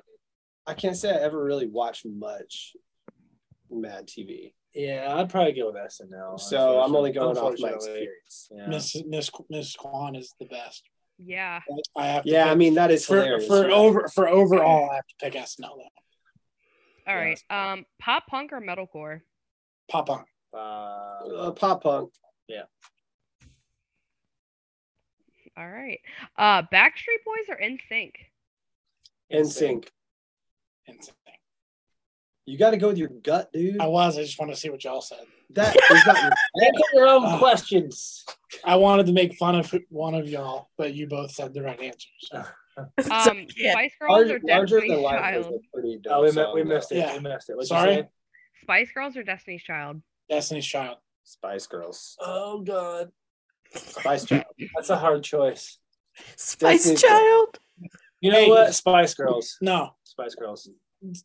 S3: I can't say I ever really watched much Mad TV.
S4: Yeah, I'd probably go with SNL.
S3: So I'm only going off my
S4: unfortunately.
S3: experience.
S4: Yeah.
S5: Miss Miss Miss Kwan is the best.
S2: Yeah.
S5: I have. To
S3: Yeah, I
S5: pick-
S3: mean that is
S5: for
S3: hilarious.
S5: for
S3: yeah.
S5: over for overall, I have to pick SNL. Though.
S2: All
S3: Yeah,
S2: right. Um pop punk or metalcore?
S5: Pop on.
S4: Uh,
S3: uh, pop punk.
S2: All right. Uh Backstreet Boys or NSYNC?
S3: NSYNC.
S5: Insane.
S3: You got to go with your gut, dude.
S5: I was. I just want to see what y'all said.
S3: That is not your
S4: Answer your own
S5: Uh,
S4: questions.
S5: I wanted to make fun of one of y'all, but you both said the right answers.
S2: Um
S1: yeah.
S2: Spice Girls
S3: larger,
S2: or
S3: larger
S2: Destiny's
S3: than life was
S2: Child?
S3: a pretty dope
S4: Oh, we, mi-
S3: song,
S4: we
S3: though.
S4: missed it.
S5: Yeah.
S4: We missed it. What'd
S5: Sorry?
S4: You say?
S2: Spice Girls or Destiny's Child?
S5: Destiny's Child.
S3: Spice Girls.
S4: Oh God,
S3: Spice Child.
S4: that's a hard choice.
S3: Destiny's
S1: Spice
S3: Child.
S1: Child.
S4: You know
S5: Hey.
S4: what? Spice Girls.
S5: No,
S4: Spice Girls.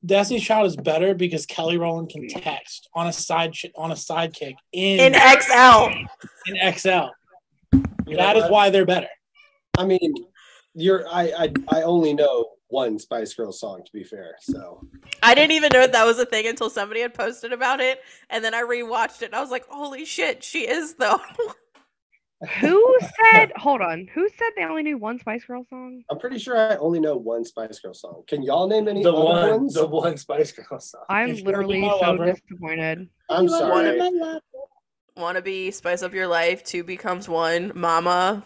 S5: Destiny's Child is better because Kelly Rowland can text on a side sh- on a sidekick
S1: In
S5: in
S1: XL.
S5: in XL.
S4: You know
S5: That is
S4: what?
S5: why they're better.
S3: I mean, you're. I, I. I only know one Spice Girls song. To be fair, so
S1: I didn't even know that was a thing until somebody had posted about it, and then I rewatched it, and I was like, "Holy shit, she is though."
S2: Who said hold on, who said they only knew one Spice Girl song?
S3: I'm pretty sure I only know one Spice Girl song. Can y'all name any
S4: the
S3: other
S4: one,
S3: ones?
S4: the one Spice Girls song.
S2: I'm
S5: If you're
S2: literally
S5: my
S2: so
S5: lover.
S2: disappointed.
S3: I'm
S1: wanna-
S3: sorry.
S1: Wanna be spice up your life? Two becomes one. Mama,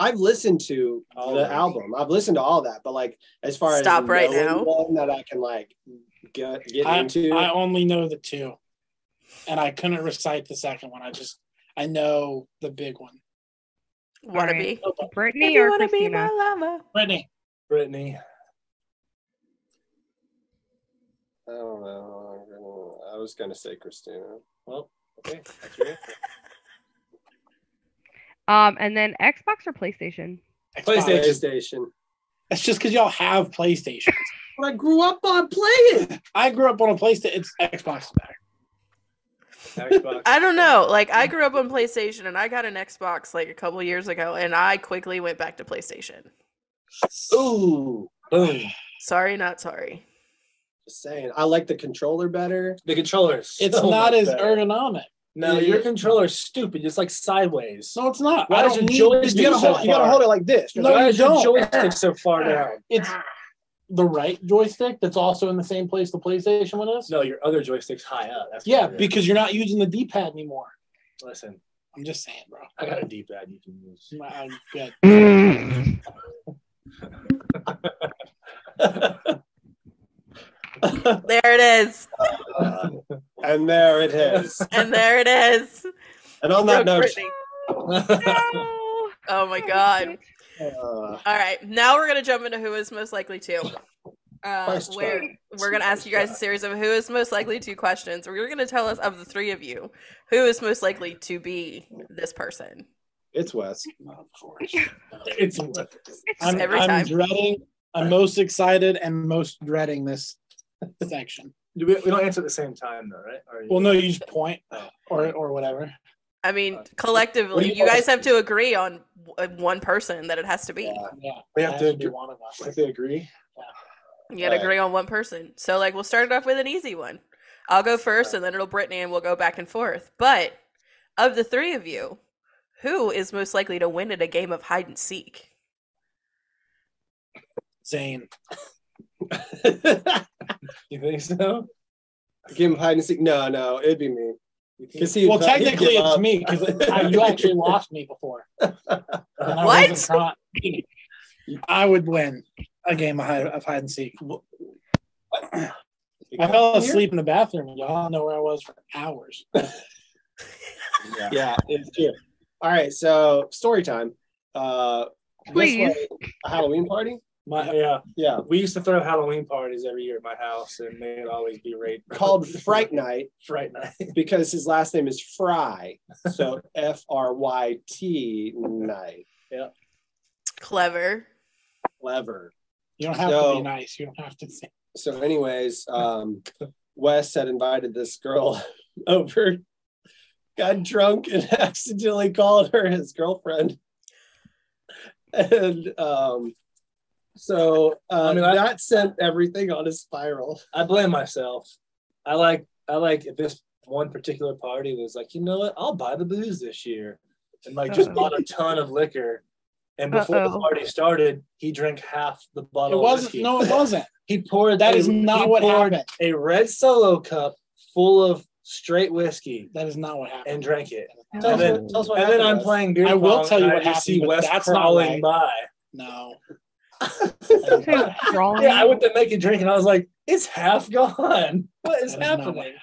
S3: I've listened to
S4: All
S3: the
S4: of it.
S3: album. I've listened to all that, but like as far
S1: Stop
S3: as
S1: right
S3: knowing
S1: now.
S3: one that I can like get, get
S5: I,
S3: into.
S5: I only know the two, and I couldn't recite the second one. I just I know the big one.
S1: wanna
S2: Alright.
S1: be.
S2: Brittany
S1: If
S2: or
S1: you wanna be my
S2: Christina?
S1: lover.
S5: Brittany,
S4: Brittany.
S3: I don't know. I was gonna say Christina.
S4: Well, okay. That's your answer.
S2: Um and then Xbox or PlayStation?
S5: Xbox.
S4: PlayStation.
S3: PlayStation.
S5: That's just because y'all have PlayStation.
S3: But I grew up on playing.
S5: I grew up on a PlayStation. It's Xbox is better.
S4: Xbox.
S1: I don't know. Like I grew up on PlayStation, and I got an Xbox like a couple years ago, and I quickly went back to PlayStation.
S4: Ooh, boom.
S1: Sorry, not sorry.
S3: Just saying. I like the controller better.
S4: The controllers. Oh,
S5: It's not as ergonomic.
S4: No, your controller's stupid. It's like sideways.
S5: No, it's not.
S4: Why
S5: I
S4: is
S5: don't
S4: your
S5: need-
S4: joystick
S5: you gotta
S4: so
S5: hold. You gotta
S4: far?
S5: hold it like this.
S4: Why
S5: No, you
S4: is your
S5: don't.
S4: joystick so far down?
S5: It's the right joystick that's also in the same place the PlayStation one is.
S4: No, your other joystick's high up. That's
S5: Yeah,
S4: why you're-
S5: because you're not using the D-pad anymore.
S4: listen,
S5: I'm just saying, bro.
S4: I got a deep pad you can use.
S5: I'm good.
S1: There it is,
S3: Uh, and there it is.
S1: and there it is.
S3: And on
S1: Brooke
S3: that note,
S1: Brittany.
S2: No.
S1: Oh my god.
S3: uh,
S1: All right, now we're gonna jump into who is most likely to. Uh,
S3: First
S1: where
S3: try.
S1: we're gonna ask you guys a series of who is most likely to questions. Where you're gonna tell us of the three of you who is most likely to be this person.
S3: It's Wes.
S5: It's
S1: It's just
S5: I'm,
S1: every
S5: I'm
S1: time.
S5: dreading. I'm most excited and most dreading this section.
S4: Do we, we don't answer at the same time though, right? Or
S5: Well, no, you just point or or whatever.
S1: I mean,
S4: Uh, what do
S1: collectively,
S4: you
S1: you guys
S4: guys
S1: have to agree on w- uh, one person that it has to be.
S4: Yeah.
S5: Yeah,
S4: We have
S5: that
S4: to
S5: should be
S4: agree-
S5: one of
S4: I
S5: us.
S4: think they agree.
S1: You gotta
S3: Right.
S1: agree on one person. So like we'll start it off with an easy one. I'll go first and then it'll Brittany and we'll go back and forth. But of the three of you, who is most likely to win at a game of hide and seek?
S5: Zane.
S4: You think so?
S3: Give him hide and seek. No, no, it'd be me.
S4: You think-
S3: Because he
S5: well,
S3: he'd
S5: technically,
S3: give
S5: it's
S3: up.
S5: me because you actually lost me before. And I
S1: What?
S5: wasn't caught. Uh, I would win a game of hide, of hide and seek. I fell asleep in the bathroom. Y'all know where I was for hours.
S4: Yeah.
S3: Yeah, it's true. All right, so story time. Uh, this
S2: Please.
S3: one, a Halloween party.
S4: My, yeah.
S3: Yeah,
S4: We used to throw Halloween parties every year at my house, and they'd always be raid
S3: called Fright Night.
S4: Fright night.
S3: because his last name is Fry. So F R Y T night.
S1: Clever.
S3: Clever.
S5: You don't have to
S3: So-
S5: be nice. You don't have to say.
S3: So, anyways, um, Wes had invited this girl over, got drunk, and accidentally called her his girlfriend. And um, so uh,
S4: I mean, I-
S3: that sent everything on a spiral.
S4: I blame myself. I like I like if this one particular party was like, you know what, I'll buy the booze this year. And like just
S2: Uh-oh.
S4: bought a ton of liquor. And before the
S2: Uh-oh.
S4: party started, he drank half the
S5: It
S4: bottle of
S5: wasn't.
S4: whiskey.
S5: No, it wasn't.
S4: he poured
S5: That
S4: a-
S5: is
S4: he
S5: not what
S4: poured
S5: happened.
S4: A red solo cup full of straight whiskey
S5: That is not what happened.
S4: and drank it.
S3: Tell us
S4: And then-
S3: what, tell us what
S4: And then
S3: happened,
S4: I'm
S3: Wes.
S4: playing beer.
S5: I will
S4: pong,
S5: tell you
S4: and I
S5: what
S4: just
S5: happened,
S4: see
S5: but
S4: Wes
S5: that's not
S4: crawling
S5: right.
S4: by.
S5: No.
S2: So crawling.
S4: Yeah, I went to make a drink and I was like, it's half gone. What is
S5: That is not what
S4: happening?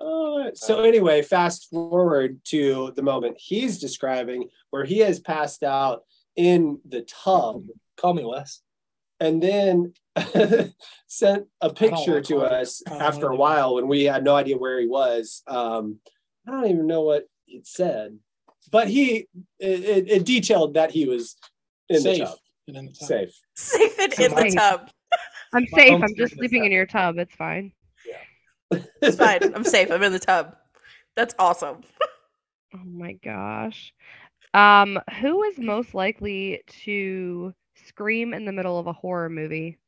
S3: Uh, so anyway, fast forward to the moment he's describing where he has passed out in the tub
S4: Call me Wes.
S3: and then sent a picture to
S5: recall.
S3: us
S5: I don't
S3: after a
S5: recall.
S3: while when we had no idea where he was. Um, I don't even know what it said, but he it, it, it detailed that he was in
S5: safe.
S3: the tub,
S5: And in the tub.
S3: safe.
S1: Safe and in the
S2: Safe.
S1: tub.
S2: I'm
S4: My
S2: safe.
S4: mom's
S2: I'm just
S4: doing this
S2: sleeping
S4: now.
S2: in your tub. It's fine.
S1: It's fine. I'm safe. I'm in the tub. That's awesome.
S2: Oh my gosh. Um, who is most likely to scream in the middle of a horror movie?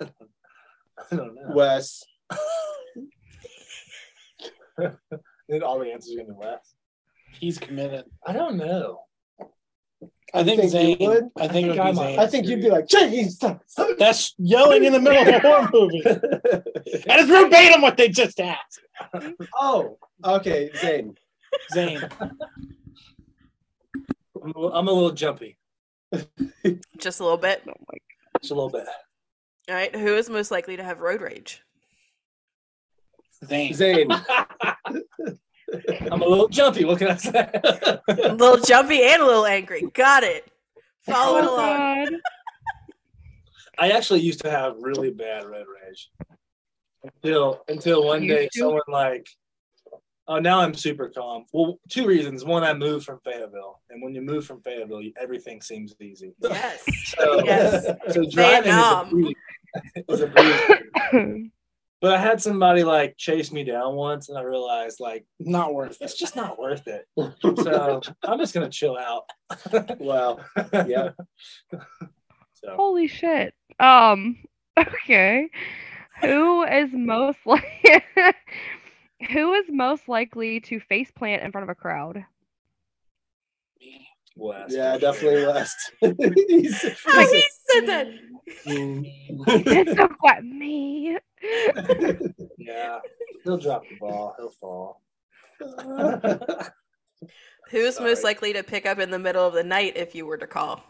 S4: I don't know.
S3: Wes,
S4: Then all the answers are gonna be left.
S5: He's committed.
S4: I don't know.
S5: I think,
S3: think you
S5: Zane.
S3: would?
S4: I
S5: I think, it
S4: think I
S5: would be
S4: might.
S5: Zane.
S3: I think you'd be like, Jesus.
S5: That's yelling in the middle of a horror movie. That is verbatim what they just asked.
S3: oh, okay, Zane.
S5: Zane.
S4: I'm a, I'm a little jumpy,
S1: Just a little bit.
S2: Oh my
S4: just a little bit.
S1: All right. Who is most likely to have road rage?
S5: Zane.
S3: Zane.
S4: I'm a little jumpy. What can I say?
S1: A little jumpy and a little angry. Got it. Follow it along.
S2: god.
S4: I actually used to have really bad red rage until until one day
S2: Used to?
S4: someone like, oh, now I'm super calm. Well, two reasons. One, I moved from Fayetteville, and when you move from Fayetteville, you, everything seems easy.
S1: Yes.
S4: So,
S1: Yes.
S4: so driving is a
S1: Vietnam.
S4: breeze. Is a breeze. But I had somebody like chase me down once, and I realized like
S5: Not worth it.
S4: it's just not worth it. So I'm just gonna chill out.
S3: Wow. Yeah.
S4: So
S2: Holy shit. Um, okay. Who is most like who is most likely to face plant in front of a crowd?
S4: West.
S3: Yeah, definitely Wes. He's-
S1: How he said that.
S2: It's a what me.
S4: Yeah, he'll drop the ball. He'll fall.
S1: Who's most
S4: Sorry.
S1: likely to pick up in the middle of the night if you were to call?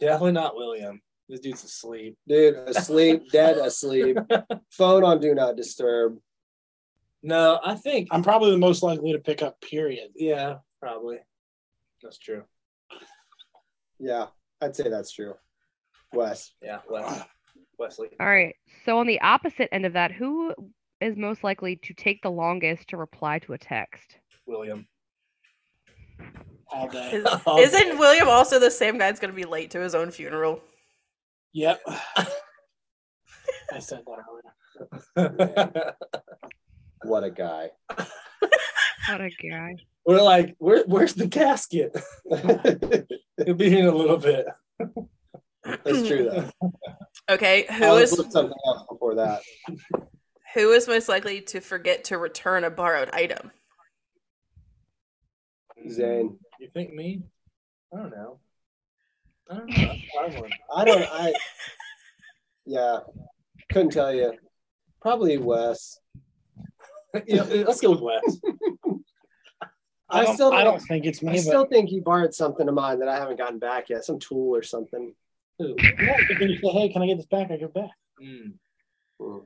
S4: Definitely not William. This dude's asleep.
S3: Dude, asleep, dead asleep. Phone on do not disturb.
S4: No, I think.
S5: I'm probably the most likely to pick up, period.
S4: yeah, probably. That's true.
S3: Yeah, I'd say that's true. Wes.
S4: Yeah, Wes. Wesley.
S2: All right. So on the opposite end of that, who is most likely to take the longest to reply to a text?
S4: William.
S5: all day.
S1: Is, isn't William also the same guy that's going to be late to his own funeral?
S5: Yep. I said that earlier.
S3: What a guy.
S2: What a guy.
S4: we're like, Where, where's the casket? It'll be here in a little bit.
S3: That's true though.
S1: Okay, who
S3: I'll just
S1: is
S3: look something else before that.
S1: who is most likely to forget to return a borrowed item?
S3: Zane.
S4: You think me? I don't know. I don't know. That's one.
S3: I don't I yeah. Couldn't tell you. Probably Wes.
S4: yeah, let's go with Wes.
S5: I,
S3: I
S5: don't,
S3: still
S5: I
S3: don't-
S5: don't think it's me,
S3: I
S5: but
S3: still think you borrowed something of mine that I haven't gotten back yet, some tool or something.
S4: Ooh.
S5: Yeah, but then you say, hey, can I get this back? I give it back.
S4: Mm.
S3: Mm.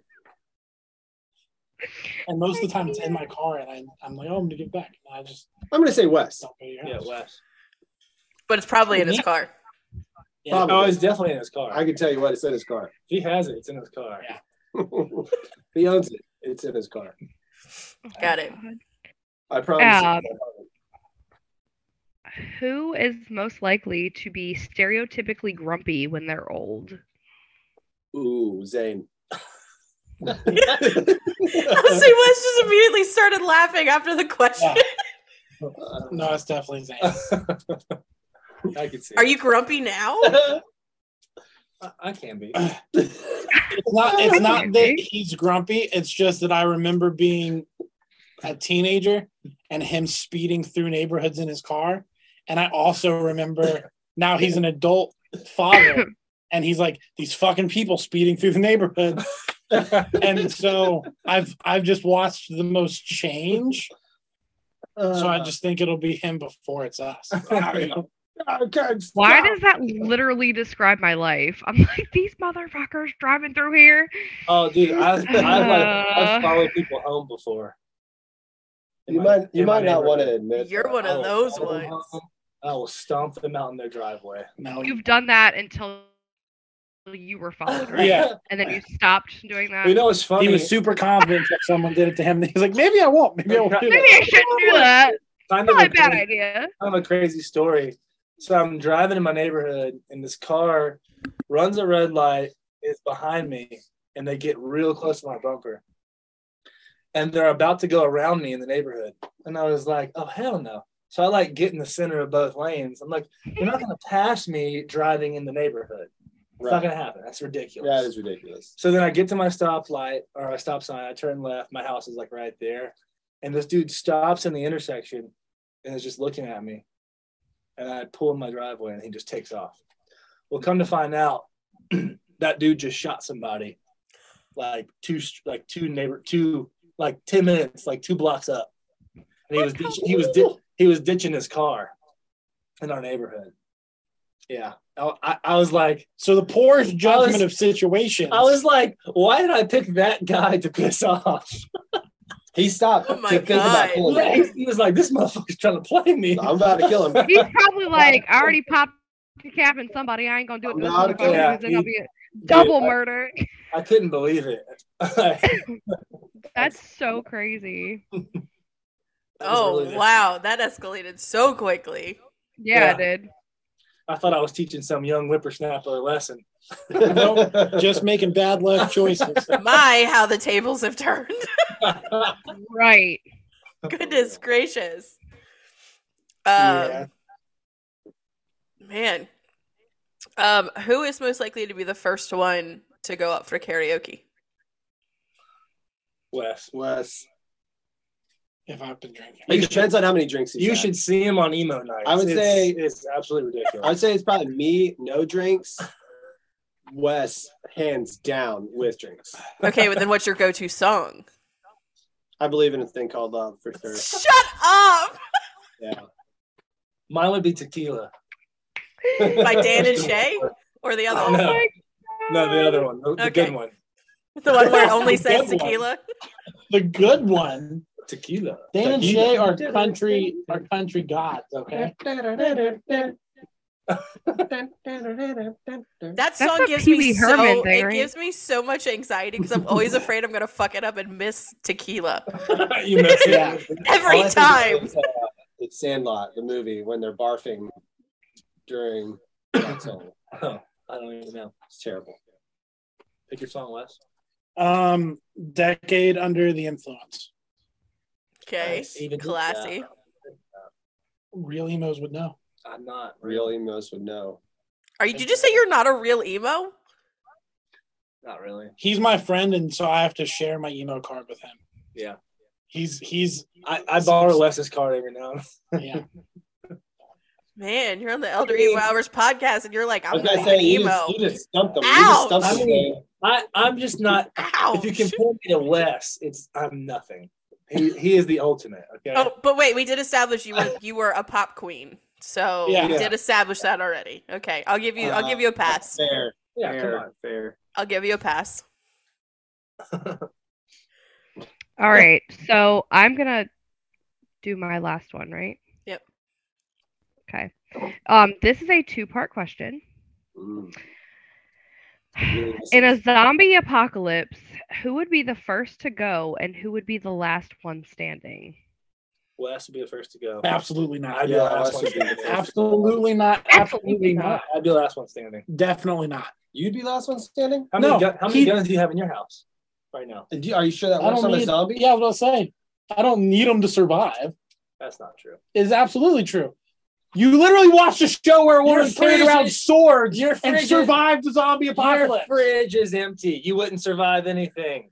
S5: And most of the time it's in my car and I, I'm like, oh, I'm going to give it back. And I just
S3: I'm gonna say Wes.
S5: don't go to your
S4: Yeah,
S5: house.
S4: Wes.
S1: But it's probably in his car.
S5: Yeah.
S4: Oh, it's definitely in his car.
S3: I can tell you what it's in his car.
S4: he has it. It's in his car.
S5: Yeah.
S3: he owns it. It's in his car.
S1: Got it.
S3: I promise. you.
S2: Um, Who is most likely to be stereotypically grumpy when they're old?
S3: Ooh, Zane.
S1: Honestly, Wes just immediately started laughing after the question.
S5: Yeah.
S3: Uh,
S5: No, it's definitely Zane.
S4: I can see.
S1: Are
S4: it.
S1: you grumpy now?
S3: Uh,
S4: I, I can be.
S5: It's not, it's not that he's grumpy. It's just that I remember being a teenager and him speeding through neighborhoods in his car. And I also remember now he's an adult father and he's like, these fucking people speeding through the neighborhood. And so I've I've just watched the most change. So I just think it'll be him before it's us.
S3: I can't
S2: Why
S3: stop.
S2: does that literally describe my life? I'm like, these motherfuckers driving through here.
S4: oh, dude, I've, I've, like,
S2: Uh.
S4: I've followed people home before. In
S3: you
S4: my-
S3: might you
S4: in my
S3: might not want to
S4: neighborhood.
S3: admit
S1: You're
S3: that.
S1: one
S4: I
S1: of
S4: will
S1: those
S4: follow them
S1: ones.
S4: home. I will stomp them out in their driveway.
S5: No,
S2: You've done that until you were
S1: Oh,
S2: followed, right?
S5: Yeah.
S2: And then you stopped doing that.
S4: You know what's funny?
S5: he was super confident that someone did it to him. He's like, maybe I won't. Maybe I won't do
S2: Maybe
S5: it.
S2: I shouldn't do that.
S4: kind of
S2: Probably
S4: a
S2: a bad
S4: crazy-
S2: idea.
S4: kind of a crazy story. So I'm driving in my neighborhood, and this car runs a red light, is behind me, and they get real close to my bumper. And they're about to go around me in the neighborhood. And I was like, oh, hell no. So I like get in the center of both lanes. I'm like, you're not going to pass me driving in the neighborhood. It's not
S3: Right.
S4: going to happen. That's ridiculous.
S3: That is ridiculous.
S4: So then I get to my stoplight or a stop sign. I turn left. My house is like right there. And this dude stops in the intersection and is just looking at me. And I pull in my driveway and he just takes off. Well, come to find out, that dude just shot somebody like two, like two neighbor, two, like 10 minutes, like two blocks up. And he was, ditch, he was, di- he was ditching his car in our neighborhood. Yeah. I, I, I was like,
S5: So the poorest judgment
S4: was-
S5: of situations.
S4: I was like, why did I pick that guy to piss off?
S3: He stopped
S1: Oh my
S3: to think about
S1: God.
S3: killing him.
S4: Yeah, he, he was like, this motherfucker's trying to play me.
S3: I'm about to kill him.
S2: He's probably like, I already popped the cap in somebody. I ain't gonna do it to this
S3: Not a
S2: motherfucker
S4: cap.
S2: 'cause then I'll be a
S4: Dude,
S2: double
S4: I-
S2: murder.
S4: I, couldn't believe it. That was
S2: That's so crazy.
S1: Oh
S4: really-
S1: wow, that escalated so quickly.
S2: Yeah,
S4: Yeah.
S2: it did.
S4: I thought I was teaching some young whippersnapper a lesson.
S5: Nope, just making bad life choices.
S1: My, how the tables have turned.
S2: Right.
S1: Goodness gracious. Um,
S5: Yeah.
S1: man. Um, who is most likely to be the first one to go up for karaoke?
S4: Wes.
S3: Wes.
S5: If I've been drinking,
S3: It
S4: You
S3: depends on how many drinks he's
S4: You
S3: had.
S4: should see him on emo night.
S3: I would say-
S4: it's absolutely ridiculous.
S3: I'd say it's probably me, no drinks. Wes, hands down with drinks.
S1: Okay, well, then what's your go-to song?
S3: I believe in a thing called love for sure.
S1: Shut up
S3: Yeah.
S4: Mine would be tequila.
S1: by Dan and Shay or the other
S4: Oh,
S1: one?
S4: no. No, the other one. The, the
S1: Okay.
S4: good one.
S1: The one where it only says
S5: Good one.
S1: tequila?
S5: the good one.
S4: Tequila.
S5: Dan and
S4: Tequila.
S5: Shay are country are country gods. Okay,
S1: That
S2: That's
S1: song
S2: a
S1: gives
S2: Pee
S1: me
S2: Wee Herman
S1: so
S2: thing,
S1: it
S2: right?
S1: gives me so much anxiety because I'm always afraid I'm gonna fuck it up and miss tequila
S4: you miss it.
S3: Yeah.
S1: every
S3: All I think
S1: time.
S3: about is, uh, It's Sandlot, the movie, when they're barfing during that song.
S4: Oh, I don't even know.
S3: It's terrible.
S4: Pick your song, Wes.
S5: Um, decade under the influence.
S1: Okay,
S3: Nice.
S4: Even-
S1: classy.
S5: Real emos would know.
S4: I'm not
S3: Real
S4: really,
S3: emos would know.
S1: Are you? Did you say you're not a real emo?
S4: not really.
S5: He's my friend, and so I have to share my emo card with him.
S4: Yeah.
S5: He's he's
S4: I, I borrow Wes's card every now and
S5: yeah.
S1: Man, you're on the Elder Emo Hours podcast, and you're like,
S3: I
S1: I'm
S3: was
S1: not
S3: gonna
S1: an
S3: say you
S1: emo.
S3: just, you just stumped them. You just
S1: Ouch!
S3: stumped them. man.
S4: I, I'm just not.
S1: Ow!
S5: Oh,
S4: If you
S1: shoot.
S4: compare me to Wes, it's I'm nothing. He, he is the ultimate. Okay.
S1: Oh, but wait, we did establish you were you were a pop queen, so
S5: Yeah.
S1: we did establish that already. Okay, I'll give you I'll give
S3: Uh,
S1: you a pass.
S3: Fair,
S4: yeah,
S3: fair,
S4: come on.
S3: fair.
S1: I'll give you a pass.
S2: All right. So I'm going to do my last one, right?
S1: Yep.
S2: Okay. Um, this is a two part question.
S3: Mm. Really
S2: In a
S3: listen.
S2: zombie apocalypse, who would be the first to go and who would be the last one standing?
S4: Wes would be the first to go.
S5: Absolutely not.
S4: I'd be
S3: Yeah,
S4: the
S3: Wes
S4: last one
S3: would be the
S4: standing.
S3: first.
S5: Absolutely not. Absolutely not.
S4: I'd be the last one standing.
S5: Definitely not.
S3: You'd be last one standing.
S4: How many,
S5: No,
S4: gun, how many
S5: he-
S4: guns do you have in your house right now?
S3: Do you- Are you sure that
S5: I
S3: works
S5: don't
S3: on a
S5: need-
S3: zombie?
S5: Yeah, what I was saying. I don't need him to survive.
S4: That's not true.
S5: Is absolutely true. You literally watched a show where a
S4: Your
S5: woman carried
S4: fridge
S5: around
S4: is-
S5: swords
S4: your
S5: and
S4: fridge is-
S5: survived the zombie
S4: Your
S5: apocalypse.
S4: fridge is empty. You wouldn't survive anything.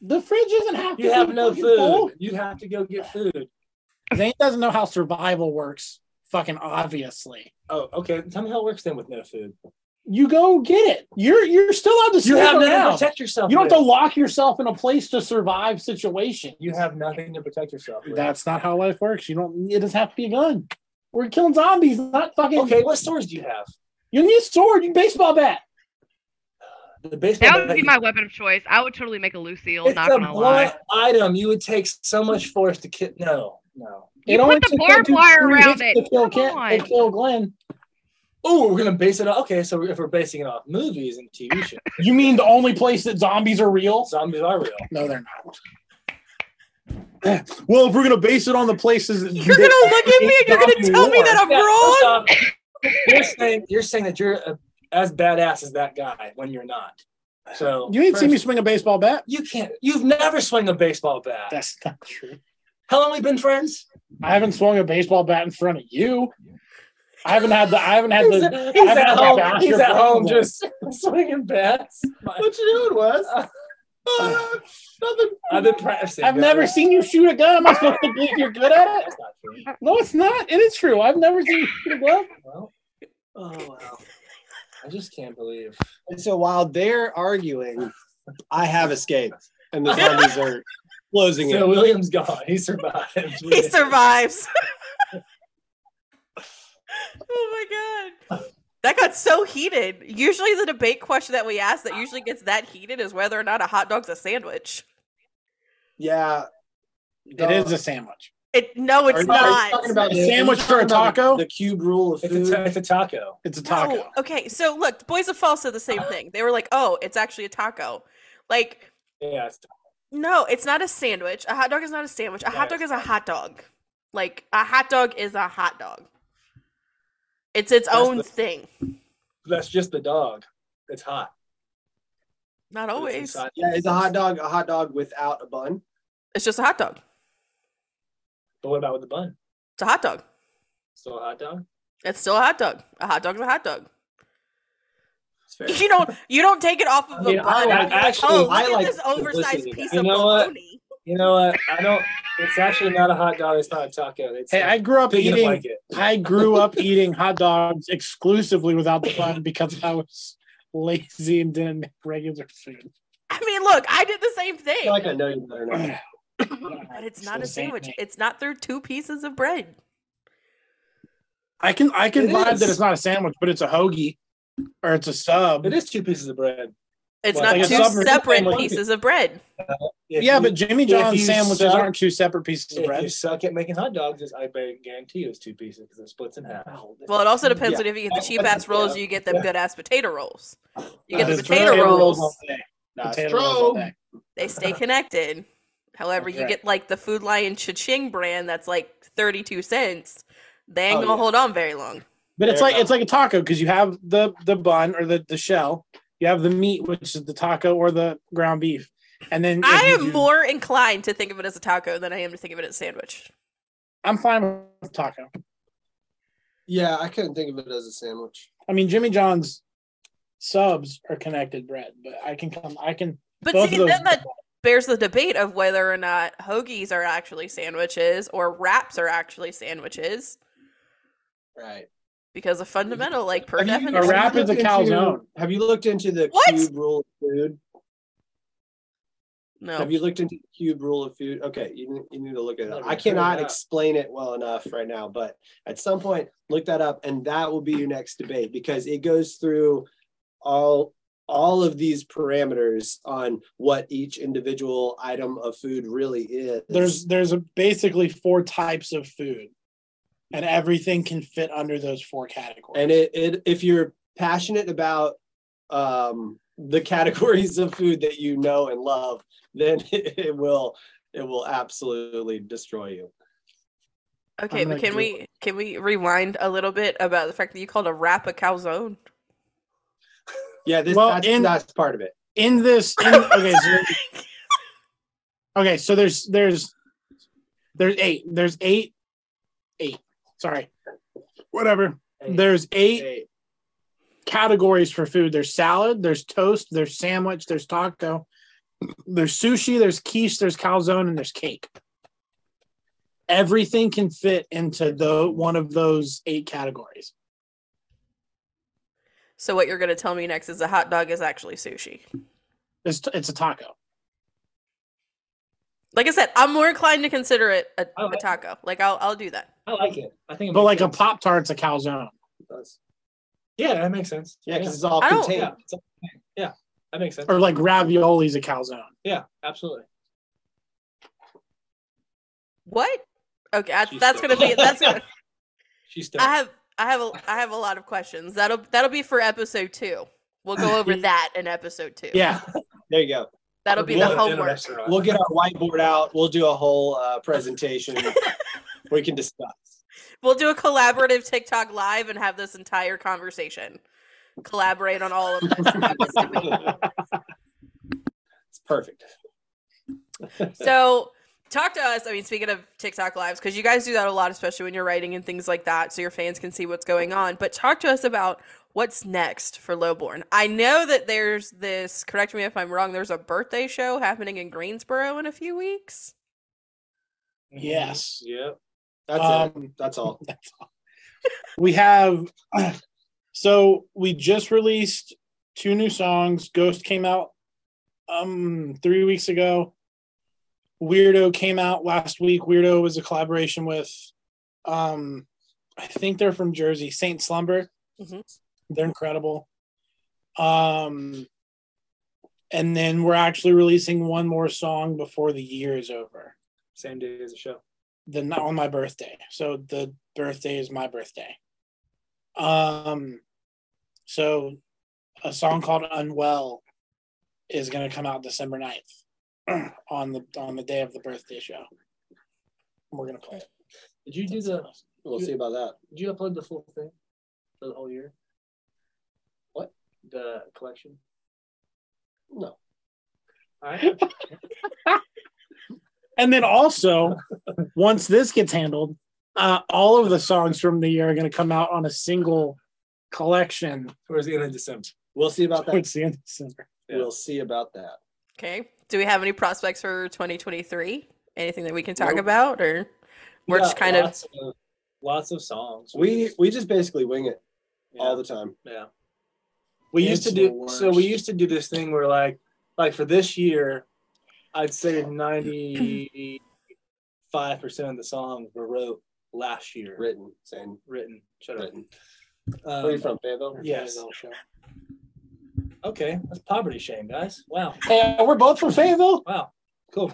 S5: the fridge doesn't have to
S4: You have
S5: be
S4: no
S5: fucking
S4: food.
S5: full.
S4: You'd have to go get food.
S5: Zane doesn't know how survival works. Fucking obviously.
S4: Oh, okay. Tell me how it works then with no food.
S5: You go get it. You're you're still on the
S4: You have nothing to
S5: around.
S4: protect yourself.
S5: You don't have
S4: with.
S5: to lock yourself in a place to survive situation.
S4: You have nothing to protect yourself. with.
S5: That's not how life works. You don't. It doesn't have to be a gun. We're killing zombies, not fucking.
S4: okay. What swords do you have?
S5: You need a sword. You need a baseball bat.
S4: The baseball.
S2: That would
S4: bat
S2: be
S4: you-
S2: my weapon of choice. I would totally make a Lucille,
S4: It's
S2: not
S4: a
S2: gonna lie.
S4: blunt item. You would take so much force to kill. No, no.
S2: You put the
S5: took that
S2: barbed
S5: dude
S2: wire
S5: three
S2: around
S5: hits
S2: it.
S5: To kill,
S2: Come
S5: Ken, to
S2: on.
S5: kill Glenn.
S4: Oh, we're gonna base it off. Okay, so if we're basing it off movies and TV shows,
S5: You mean the only place that zombies are real?
S4: zombies are real.
S5: No, they're not. well, if we're gonna base it on the places, that-
S1: You're gonna look at me and you're gonna tell me that I'm
S4: Yeah, first
S1: wrong.
S4: off, you're saying you're saying that you're uh, as badass as that guy when you're not. So
S5: you ain't seen me
S4: first-
S5: swing a baseball bat.
S4: You can't. You've never swung a baseball bat.
S5: That's not true.
S4: How long we been friends?
S5: I haven't swung a baseball bat in front of you. I haven't had the. I haven't had
S4: he's,
S5: the.
S4: he's
S5: I've
S4: at
S5: had the
S4: home.
S5: basket
S4: He's at home
S5: problem.
S4: just swinging bats.
S3: What you doing, Wes? Uh, nothing.
S4: I've been practicing.
S5: I've
S4: guys.
S5: never seen you shoot a gun. Am I supposed to believe you're good at it?
S4: That's not true.
S5: No, it's not. It is true. I've never seen you shoot a gun.
S4: Well, oh wow. I just can't believe.
S3: And so while they're arguing, I have escaped, and the zombies are closing
S4: So
S3: it.
S4: William's gone. He survived.
S1: He survives. oh my god. That got so heated. Usually the debate question that we ask that usually gets that heated is whether or not a hot dog's a sandwich.
S3: Yeah,
S5: It is a sandwich.
S1: It no, it's
S3: Are you- are you
S1: not.
S3: talking about
S5: A
S3: the-
S5: sandwich
S3: are you talking
S5: or a
S3: about the-
S5: taco?
S3: The cube rule of
S4: It's a,
S3: food.
S4: ta- it's a taco.
S5: It's a taco.
S1: No. Okay, so look, Boys of Fall said the same thing. They were like, "Oh, it's actually a taco." Like,
S4: Yeah. It's
S1: no, it's not a sandwich. A hot dog is not a sandwich. A hot
S4: No,
S1: dog is a hot dog. Like, a hot dog is a hot dog. It's its
S4: That's
S1: own
S4: the-
S1: thing.
S4: that's just the dog. It's hot.
S1: Not
S4: It's
S1: always.
S4: inside-
S3: yeah, is a hot dog a hot dog without a bun?
S1: It's just a hot dog.
S4: But what about with the bun?
S1: It's a hot dog.
S4: Still a hot dog?
S1: It's still a hot dog. A hot dog's a hot dog.
S3: It's fair.
S1: You don't you don't take it off of
S3: mean,
S1: a
S3: I
S1: bun.
S3: like-
S1: and be like,
S4: actually,
S1: oh, look
S3: I
S1: at
S3: like
S1: this oversized
S3: simplicity.
S1: piece
S4: You
S1: of
S4: know what?
S1: bologna.
S4: You know what? I don't. It's actually not a hot dog. It's not a taco. It's
S5: Hey, I grew up
S4: pig in a
S5: eating.
S4: blanket.
S5: I grew up eating hot dogs exclusively without the bun because I was lazy and didn't make regular food.
S1: I mean, look, I did the same
S3: I
S1: thing.
S3: feel like I know you better now.
S1: But
S5: but
S1: it's not a sandwich. It's not through two pieces of bread.
S5: I can I can
S4: It
S5: vibe
S4: is.
S5: that it's not a sandwich, but it's a hoagie or it's a sub.
S4: It is two pieces of bread.
S1: It's
S4: Well,
S1: not
S5: like a
S1: two
S5: submarine
S1: separate
S5: family.
S1: pieces of bread.
S4: If
S5: yeah,
S4: you-
S5: but Jimmy John's
S4: you
S5: sandwiches
S4: suck-
S5: aren't two separate pieces of
S4: if
S5: bread.
S4: you suck at making hot dogs, it's- I bet- guarantee you it's two pieces because it splits in half.
S1: Well, it also depends
S3: Yeah.
S1: on if you get the cheap ass rolls, or you get them good ass potato rolls. You get the
S5: That's
S1: potato
S5: right.
S1: rolls,
S5: all day.
S3: That's
S5: Potato rolls all
S3: true.
S5: day.
S1: they stay connected. However, you
S5: That's
S1: get like the Food Lion Cha-Ching brand that's like 32 cents. They ain't
S3: Oh,
S1: gonna
S3: yeah.
S1: hold on very long.
S5: But it's
S4: There
S5: like
S4: you go.
S5: it's like a taco because you have the the bun or the the shell, you have the meat which is the taco or the ground beef, and then if
S1: I
S5: you
S1: am
S5: do-
S1: more inclined to think of it as a taco than I am to think of it as a sandwich.
S5: I'm fine with taco.
S3: Yeah, I couldn't think of it as a sandwich.
S5: I mean Jimmy John's subs are connected bread, but I can come I can
S1: But
S5: both
S1: see,
S5: of those.
S1: then that bears the debate of whether or not hoagies are actually sandwiches or wraps are actually sandwiches
S3: Right.
S1: because a fundamental, like per
S3: Have you-
S5: a
S1: definition,
S5: wrap is a calzone.
S3: Have you looked into the
S1: What?
S3: cube rule of food?
S1: no.
S3: Have you looked into the cube rule of food? Okay, you, need- you need to look at it.
S4: Never
S3: I
S4: heard
S3: cannot
S4: that.
S3: explain it well enough right now, but at some point, look that up, and that will be your next debate because it goes through all all of these parameters on what each individual item of food really is.
S5: There's there's a, basically four types of food, and everything can fit under those four categories.
S3: and it, it if you're passionate about um, the categories of food that you know and love, then it will it will absolutely destroy you.
S1: Okay,
S5: I'm
S1: but
S5: not
S1: can
S5: good.
S1: we can we rewind a little bit about the fact that you called a wrap a calzone?
S3: Yeah, this
S5: Well,
S3: that's,
S5: in-
S3: that's part of it.
S5: in this in, okay so, okay so there's there's there's eight there's eight eight sorry whatever there's eight
S4: Hey,
S5: categories for food there's salad there's toast there's sandwich there's taco there's sushi there's quiche there's calzone and there's cake everything can fit into the one of those eight categories
S1: So what you're gonna tell me next is a hot dog is actually sushi.
S5: it's, it's a taco
S1: Like I said, I'm more inclined to consider it a,
S4: I like
S1: a
S4: it.
S1: taco. Like I'll I'll do that.
S4: I like it. I think, it
S5: but
S4: makes
S5: like a
S4: sense.
S5: pop tart's a calzone
S4: Yeah, that makes sense.
S3: Yeah, because it's all
S1: I don't-
S3: contained.
S4: yeah, it's okay. yeah, that makes sense.
S5: or like ravioli's a calzone
S4: Yeah, absolutely.
S1: What? Okay, I,
S4: She's
S1: that's
S4: still-
S1: gonna be that's gonna,
S4: She's still.
S1: I have I have a I have a lot of questions. That'll that'll be for episode two. We'll go over that in episode two.
S5: yeah
S3: There you go.
S1: That'll be
S4: We'll
S1: the
S4: have dinner
S1: homework.
S4: restaurant.
S3: We'll get our whiteboard out. We'll do a whole uh, presentation. we can discuss.
S1: We'll do a collaborative TikTok live and have this entire conversation. Collaborate on all of this. Have this debate.
S3: it's perfect.
S1: so talk to us i mean speaking of tiktok lives because you guys do that a lot especially when you're writing and things like that so your fans can see what's going on but talk to us about what's next for lowborn i know that there's this correct me if i'm wrong there's a birthday show happening in greensboro in a few weeks
S4: Mhm.
S5: Yes.
S4: Yep.
S3: That's it.
S5: Um,
S3: That's all.
S5: that's all. we have so we just released two new songs. Ghost came out um three weeks ago. Weirdo came out last week. Weirdo was a collaboration with um I think they're from Jersey, Saint Slumber.
S1: Mhm.
S5: They're incredible. Um and then we're actually releasing one more song before the year is over
S4: Same day as the show.
S5: the not on my birthday. So the birthday is my birthday. Um, so a song called Unwell is going to come out December 9th on the on the day of the birthday show. We're going to play it.
S4: Did you do the?
S3: We'll see about that.
S4: Did you upload the full thing for the whole year? What the collection?
S3: No.
S4: All right.
S5: And then also, once this gets handled, uh, all of the songs from the year are going to come out on a single collection
S4: Towards the end of December.
S3: We'll see about that.
S5: towards the end of December.
S4: Yeah.
S3: We'll see about that.
S1: okay do we have any prospects for 2023 anything that we can talk
S3: Nope.
S1: about or we're just
S4: got
S1: kind of
S4: lots of lots of songs.
S3: We we just basically wing it
S4: yeah.
S3: all the time.
S4: yeah. We used to
S5: It's
S4: do
S5: the
S4: so. We
S5: worst.
S4: used to do this thing where like like for this year, I'd say ninety five percent of the songs were wrote last year.
S3: Written, same.
S4: Written. Shut up.
S3: Written.
S4: Um,
S3: Where are you from, Fayetteville?
S4: Yes.
S5: Show.
S4: Okay, that's poverty shame, guys. Wow,
S5: Hey, we're both from Fayetteville.
S4: wow, cool.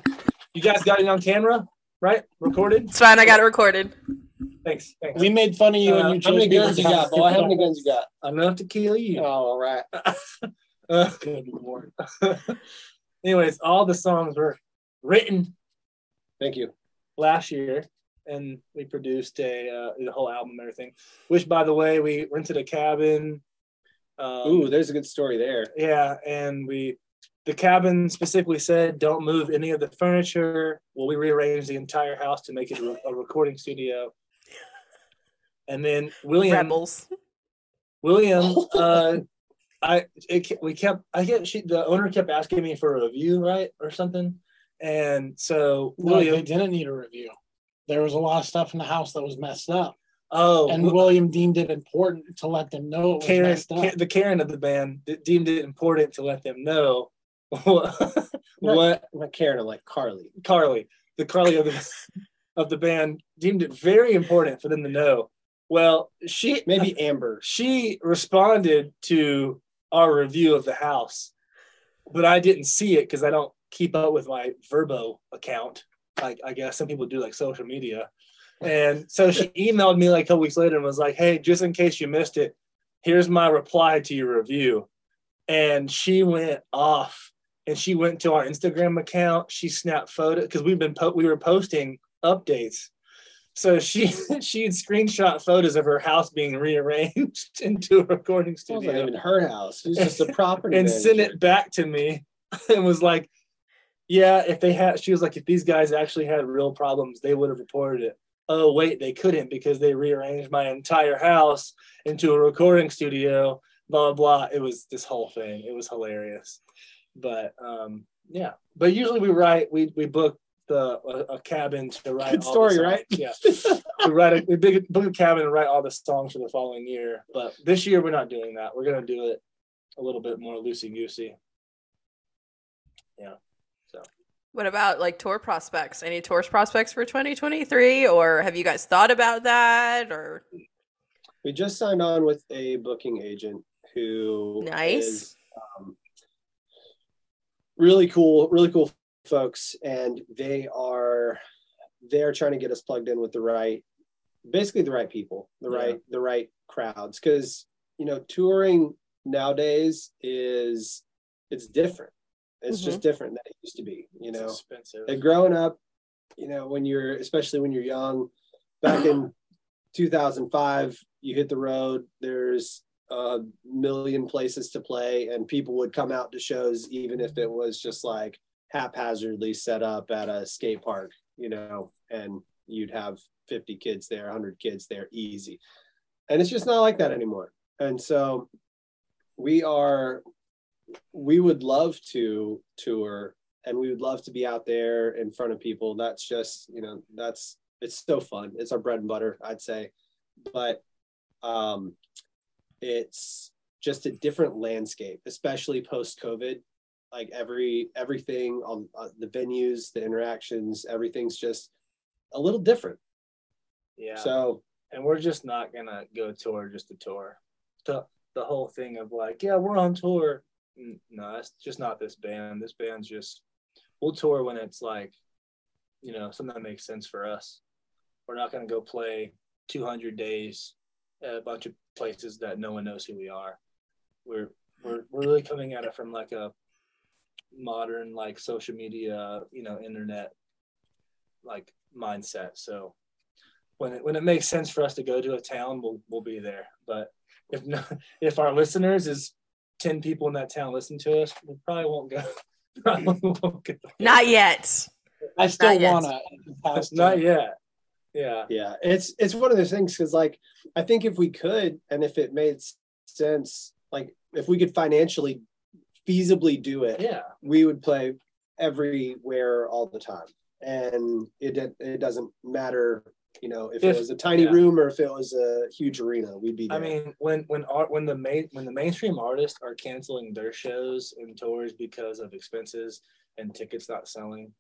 S4: You guys got it on camera, right? Recorded.
S1: It's fine. I got it recorded.
S4: Thanks. Thanks.
S5: We made fun of you
S4: Uh,
S5: and you
S3: How
S5: chose
S3: many
S5: me
S3: guns you
S5: because
S3: got, boy? How many guns you got?
S4: Enough to kill
S3: Oh,
S4: you.
S3: all right.
S4: Uh,
S5: Good lord.
S4: anyways, all the songs were written
S3: Thank you.
S4: last year, and we produced a uh, the whole album, and everything. Which, by the way, we rented a cabin. Um,
S3: Ooh, there's a good story there.
S4: Yeah, and we the cabin specifically said don't move any of the furniture. Well, we rearranged the entire house to make it a a recording studio. And then William
S1: Rebels.
S4: William uh I it, ke- we kept I get she the owner kept asking me for a review, right? Or something. And so
S5: No, Oh, they
S4: William
S5: didn't need a review. There was a lot of stuff in the house that was messed up,
S4: oh
S5: and
S4: Wi-
S5: William deemed it important to let them know it was
S4: Karen,
S5: messed up.
S4: Ka- the Karen of the band de- deemed it important to let them know what
S3: What? I'm not Karen. I'm like Carly.
S4: Carly, the Carly of the of the band, deemed it very important for them to know. Well, she
S3: Maybe Amber.
S4: she responded to our review of the house, but I didn't see it because I don't keep up with my Verbo account. Like I guess some people do like social media. And so she emailed me like a couple weeks later and was like, Hey, just in case you missed it, here's my reply to your review. And she went off and she went to our Instagram account. She snapped photo because we've been po- we were posting updates so she she had screenshot photos of her house being rearranged into a recording
S3: It wasn't
S4: studio
S3: even her house. It was just a property.
S4: and sent
S3: manager.
S4: it back to me and was like, Yeah, if they had she was like, if these guys actually had real problems, they would have reported it. Oh wait, they couldn't because they rearranged my entire house into a recording studio, blah blah blah. It was this whole thing. It was hilarious. But um yeah. But usually we write we we book the a, a cabin to write
S3: Good
S4: all the
S3: story,
S4: songs.
S3: right?
S4: Yeah we write a we big book a cabin and write all the songs for the following year. But this year we're not doing that. We're gonna do it a little bit more loosey goosey.
S1: What about like tour prospects? Any tour prospects for 2023? Or have you guys thought about that? Or
S3: We just signed on with a booking agent who
S1: Nice.
S3: is, um, really cool, really cool folks, and they are they're trying to get us plugged in with the right, basically the right people, the
S4: Yeah.
S3: right the right crowds, because you know touring nowadays is it's different. It's just different than it used to be. You know,
S4: it's expensive.
S3: like growing up, you know, when you're especially when you're young, back in 2005, you hit the road. There's a million places to play, and people would come out to shows even if it was just like haphazardly set up at a skate park, you know, and you'd have 50 kids there, 100 kids there, easy. And it's just not like that anymore. And so we are, we would love to tour and we would love to be out there in front of people. That's just, you know, that's it's so fun. It's our bread and butter, I'd say. But um it's just a different landscape, especially post COVID. Like every everything on uh, the venues, the interactions, everything's just a little different.
S4: yeah.
S3: So
S4: and we're just not gonna go tour just to tour. The the whole thing of like, yeah, we're on tour. N- No, that's just not this band. This band's just we'll tour when it's like, you know, something that makes sense for us. We're not gonna go play 200 days at a bunch of places that no one knows who we are. We're we're we're really coming at it from like a modern like social media, you know, internet like mindset. So when it, when it makes sense for us to go to a town, we'll we'll be there. But if not, if our listeners is ten people in that town listen to us, we probably won't go. Probably won't go.
S1: not yet.
S5: I still
S1: Not yet.
S5: wanna. It has to.
S4: Not yet. Yeah.
S3: yeah, it's it's one of those things because like I think if we could and if it made s- sense, like if we could financially feasibly do it,
S4: Yeah.
S3: we would play everywhere all the time and it did- it doesn't matter you know if,
S4: If-
S3: it was a tiny
S4: yeah.
S3: room or if it was a huge arena we'd be there
S4: I mean, when when art when the main when the mainstream artists are canceling their shows and tours because of expenses and tickets not selling,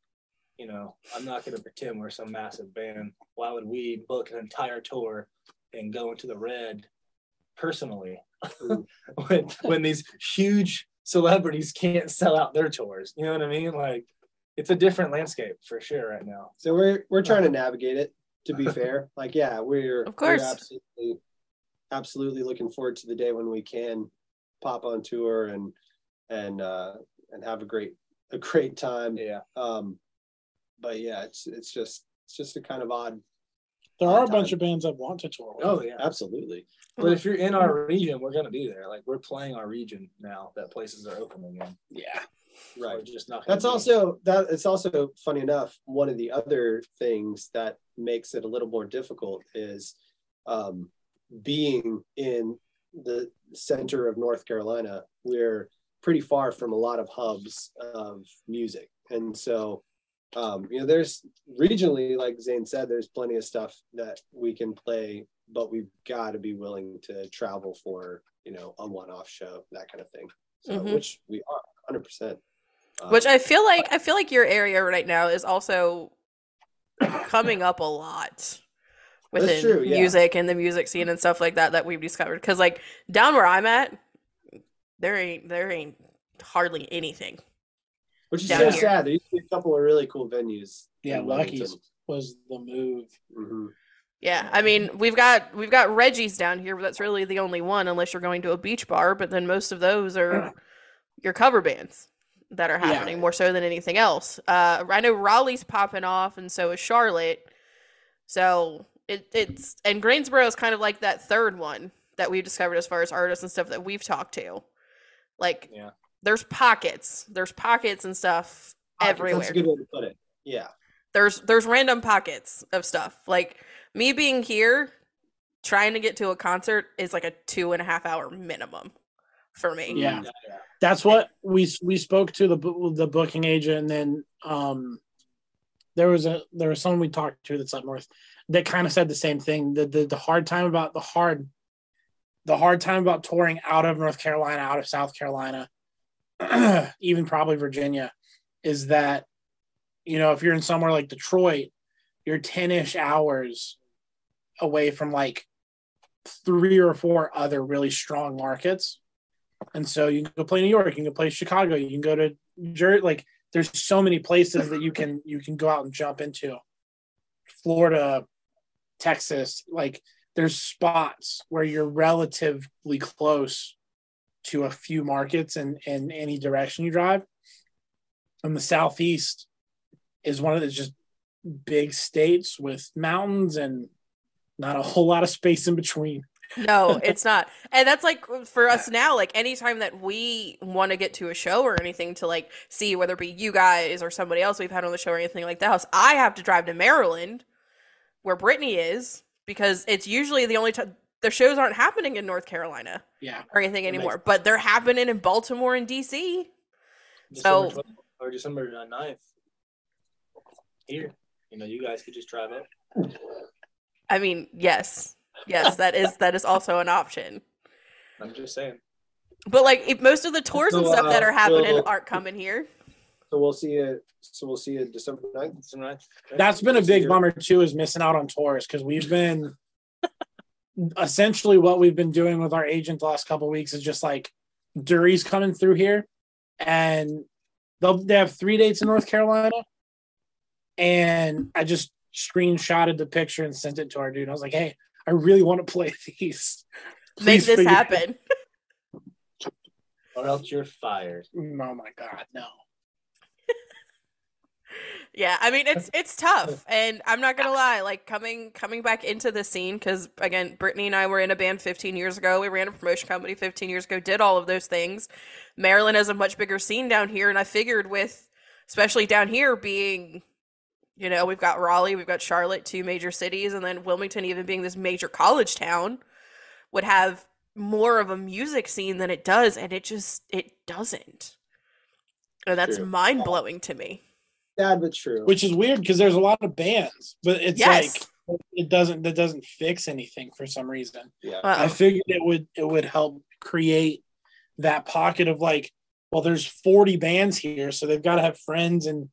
S4: you know, I'm not going to pretend we're some massive band. Why would we book an entire tour and go into the red personally
S3: Mm.
S4: when when these huge celebrities can't sell out their tours. You know what I mean? Like it's a different landscape for sure right now.
S3: So we're we're trying to
S4: uh-huh.
S3: navigate it. To be fair, like yeah, we're
S1: Of course.
S3: we're absolutely, absolutely looking forward to the day when we can pop on tour and and uh, and have a great a great time.
S4: Yeah.
S3: Um, but yeah, it's it's just it's just a kind of odd.
S5: There are a bunch of bands I want to tour with.
S4: Oh yeah.
S3: Absolutely.
S4: But if you're in our region, we're gonna be there. Like we're playing our region now that places are open again.
S5: yeah.
S3: Right.
S4: We're just not. gonna
S3: That's
S4: be-
S3: also that it's also funny enough one of the other things that makes it a little more difficult is um, being in the center of North Carolina. We're pretty far from a lot of hubs of music, and so um, you know there's regionally, like Zane said, there's plenty of stuff that we can play, but we've got to be willing to travel for you know a one-off show that kind of thing. So
S1: Mhm.
S3: which we are 100. percent Um,
S1: Which I feel like I feel like your area right now is also coming up a lot within
S3: true, yeah.
S1: music and the music scene and stuff like that that we've discovered. Because like down where I'm at, there ain't there ain't hardly anything.
S3: Which is
S1: down
S3: so
S1: here.
S3: sad. There used to be a couple of really cool venues.
S5: Yeah,
S3: in
S5: Lucky's
S3: Wilmington.
S5: was the move.
S3: Mhm.
S1: Yeah, I mean we've got we've got Reggie's down here, but that's really the only one unless you're going to a beach bar. But then most of those are your cover bands that are
S5: Yeah.
S1: happening more so than anything else. Uh, I know Raleigh's popping off, and so is Charlotte. So it, it's and Greensboro is kind of like that third one that we've discovered as far as artists and stuff that we've talked to. Like,
S4: Yeah.
S1: there's pockets, there's pockets and stuff everywhere
S3: That's a good way to put it. Yeah.
S1: there's there's random pockets of stuff like me being here trying to get to a concert is like a two and a half hour minimum for me
S5: Yeah. That's what we we spoke to the bo- the booking agent, and then um, there was a there was someone we talked to that's up north that kind of said the same thing. The, the the hard time about the hard the hard time about touring out of North Carolina, out of South Carolina, even probably Virginia, is that you know if you're in somewhere like Detroit, you're ten ish hours away from like three or four other really strong markets. And so you can go play New York, you can go play Chicago, you can go to Jer- like there's so many places that you can you can go out and jump into. Florida, Texas, like there's spots where you're relatively close to a few markets in, in any direction you drive. And the southeast is one of the just big states with mountains and not a whole lot of space in between.
S1: no it's not and that's like for us now like anytime that we want to get to a show or anything to like see whether it be you guys or somebody else we've had on the show or anything like that i have to drive to maryland where brittany is because it's usually the only time the shows aren't happening in north carolina
S5: Yeah.
S1: or anything
S3: That makes-
S1: anymore but they're happening in baltimore and dc
S4: December
S1: So-
S4: 12th or December 9th. Here, you know, you guys could just drive up.
S1: I mean, yes, yes, that is that is also an option.
S4: I'm just saying.
S1: But like if most of the tours and
S3: So,
S1: stuff that
S3: uh,
S1: are happening
S3: so-
S1: aren't coming here.
S3: So we'll see you. So we'll see you December 9th.
S4: It's not-
S5: That's been a big bummer too, is missing out on tours because we've been essentially what we've been doing with our agent the last couple weeks is just like Dury's coming through here, and they'll they have three dates in North Carolina, and I just screenshotted the picture and sent it to our dude. I was like, hey, I really want to play these.
S1: Make
S5: Please
S1: this
S5: figure-
S1: happen.
S4: Or else you're fired.
S5: Oh my god, no.
S1: Yeah, I mean it's it's tough, and I'm not gonna lie. Like coming coming back into the scene because again, Brittany and I were in a band 15 years ago. We ran a promotion company 15 years ago. Did all of those things. Maryland has a much bigger scene down here, and I figured with especially down here being, you know, we've got Raleigh, we've got Charlotte, two major cities, and then Wilmington even being this major college town would have more of a music scene than it does, and it just it doesn't. And that's
S4: True.
S1: mind blowing to me.
S3: Sad but true.
S5: Which is weird because there's a lot of bands, but it's
S1: Yes.
S5: like it doesn't that doesn't fix anything for some reason.
S3: yeah.
S1: Uh-oh.
S5: I figured it would it would help create that pocket of like, well, there's 40 bands here, so they've got to have friends and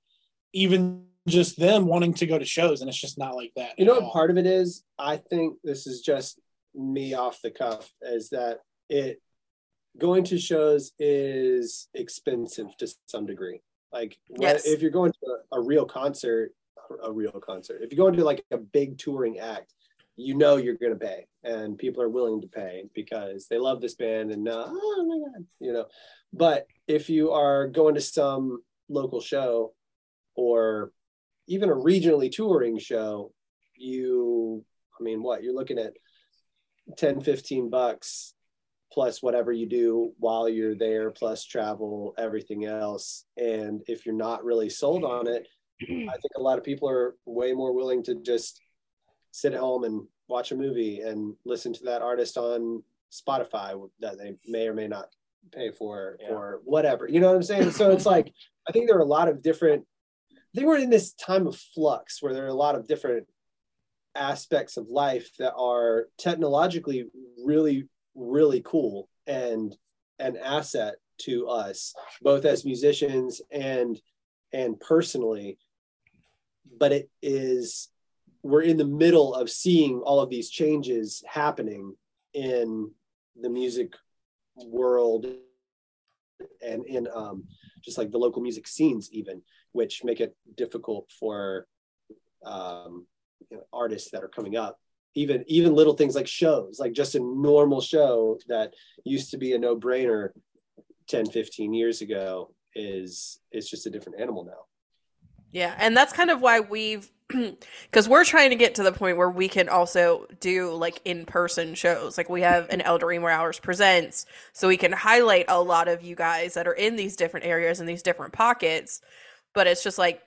S5: even just them wanting to go to shows, and it's just not like that.
S3: You know
S5: at all.
S3: what part of it is? I think this is just me off the cuff, is that it going to shows is expensive to some degree. Like what-
S1: Yes.
S3: if you're going to a, a real concert, a real concert, if you're going to like a big touring act, you know you're going to pay, and people are willing to pay because they love this band and uh, oh my god, you know. But if you are going to some local show or even a regionally touring show, you, I mean, what you're looking at 10, 15 bucks plus whatever you do while you're there, plus travel, everything else. And if you're not really sold on it, I think a lot of people are way more willing to just sit at home and watch a movie and listen to that artist on Spotify that they may or may not pay for
S4: Yeah.
S3: or whatever. You know what I'm saying? So it's like, I think there are a lot of different, I think we're in this time of flux where there are a lot of different aspects of life that are technologically really, really cool and an asset to us, both as musicians and and personally but it is we're in the middle of seeing all of these changes happening in the music world and in um, just like the local music scenes even which make it difficult for um, you know, artists that are coming up even even little things like shows like just a normal show that used to be a no-brainer 10 15 years ago is is just a different animal now
S1: Yeah, and that's kind of why we've because we're trying to get to the point where we can also do like in-person shows. Like we have an El Dorimo Hours presents, so we can highlight a lot of you guys that are in these different areas and these different pockets. But it's just like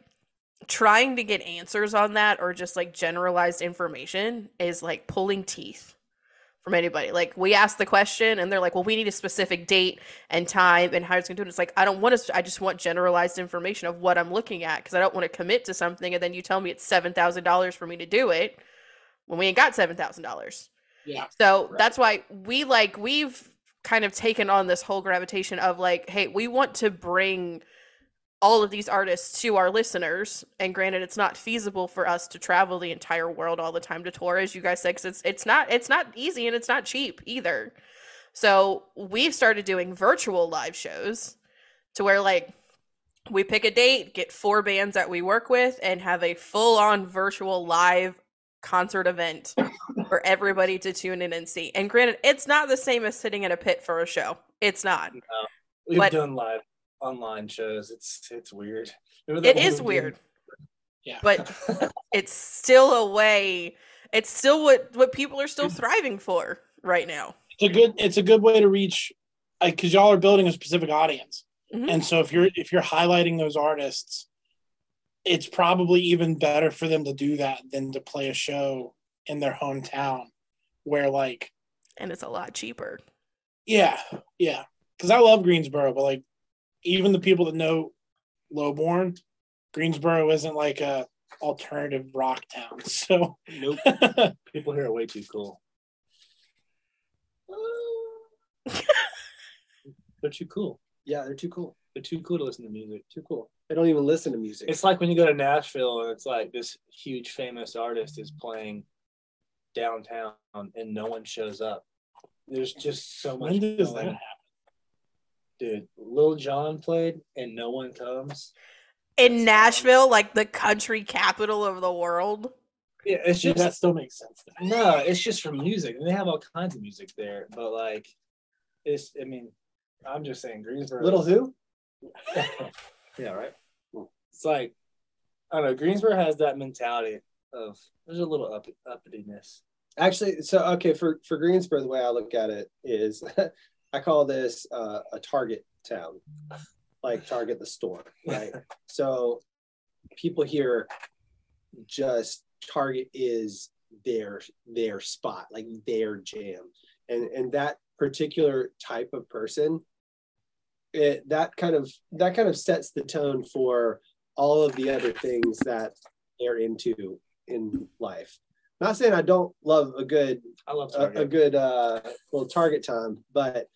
S1: trying to get answers on that or just like generalized information is like pulling teeth from anybody. Like we ask the question and they're like, "Well, we need a specific date and time and how it's going to do it." It's like I don't want to. I just want generalized information of what I'm looking at because I don't want to commit to something and then you tell me it's seven thousand dollars for me to do it when we ain't got seven thousand dollars.
S5: Yeah.
S1: So
S3: Right.
S1: that's why we like we've kind of taken on this whole gravitation of like, hey, we want to bring all of these artists to our listeners. And granted, it's not feasible for us to travel the entire world all the time to tour, as you guys said, 'cause it's it's not it's not easy and it's not cheap either. So we've started doing virtual live shows to where like we pick a date, get four bands that we work with, and have a full on virtual live concert event for everybody to tune in and see. And granted, it's not the same as sitting in a pit for a show. It's not.
S4: We've
S1: But-
S4: done live online shows. It's it's weird. Remember
S1: It
S4: that one
S1: is
S4: we did?
S1: weird.
S5: Yeah.
S1: But it's still a way. It's still what what people are still thriving for right now.
S5: It's a good it's a good way to reach like because y'all are building a specific audience.
S1: Mhm.
S5: And so if you're if you're highlighting those artists, it's probably even better for them to do that than to play a show in their hometown where like
S1: And it's a lot cheaper.
S5: yeah, yeah. Cause I love Greensboro, but like even the people that know Lowborn, Greensboro isn't like a alternative rock town. So
S4: Nope. People here are way too cool. They're too cool.
S3: yeah they're too cool
S4: They're too cool to listen to music.
S3: too cool they don't even listen to music
S4: It's like when you go to Nashville and it's like this huge famous artist is playing downtown and no one shows up. There's just so much
S5: when does
S4: going
S5: that
S4: on. dude. Lil John played and no one comes.
S1: In Nashville, like the country capital of the world.
S4: Yeah, it's
S5: Yeah,
S4: just
S5: that still makes sense.
S4: no, it's just for music. And they have all kinds of music there, but like it's I mean, I'm just saying Greensboro
S3: little who
S4: Yeah, right. It's like I don't know, Greensboro has that mentality of there's a little up uppityness.
S3: actually so okay for for greensboro the way i look at it is i call this uh, a target town like target the store right so people here just target is their their spot like their jam and and that particular type of person it that kind of that kind of sets the tone for all of the other things that they're into in life not saying i don't love a good
S4: I love
S3: a, a
S4: Target.
S3: good uh, little target time, but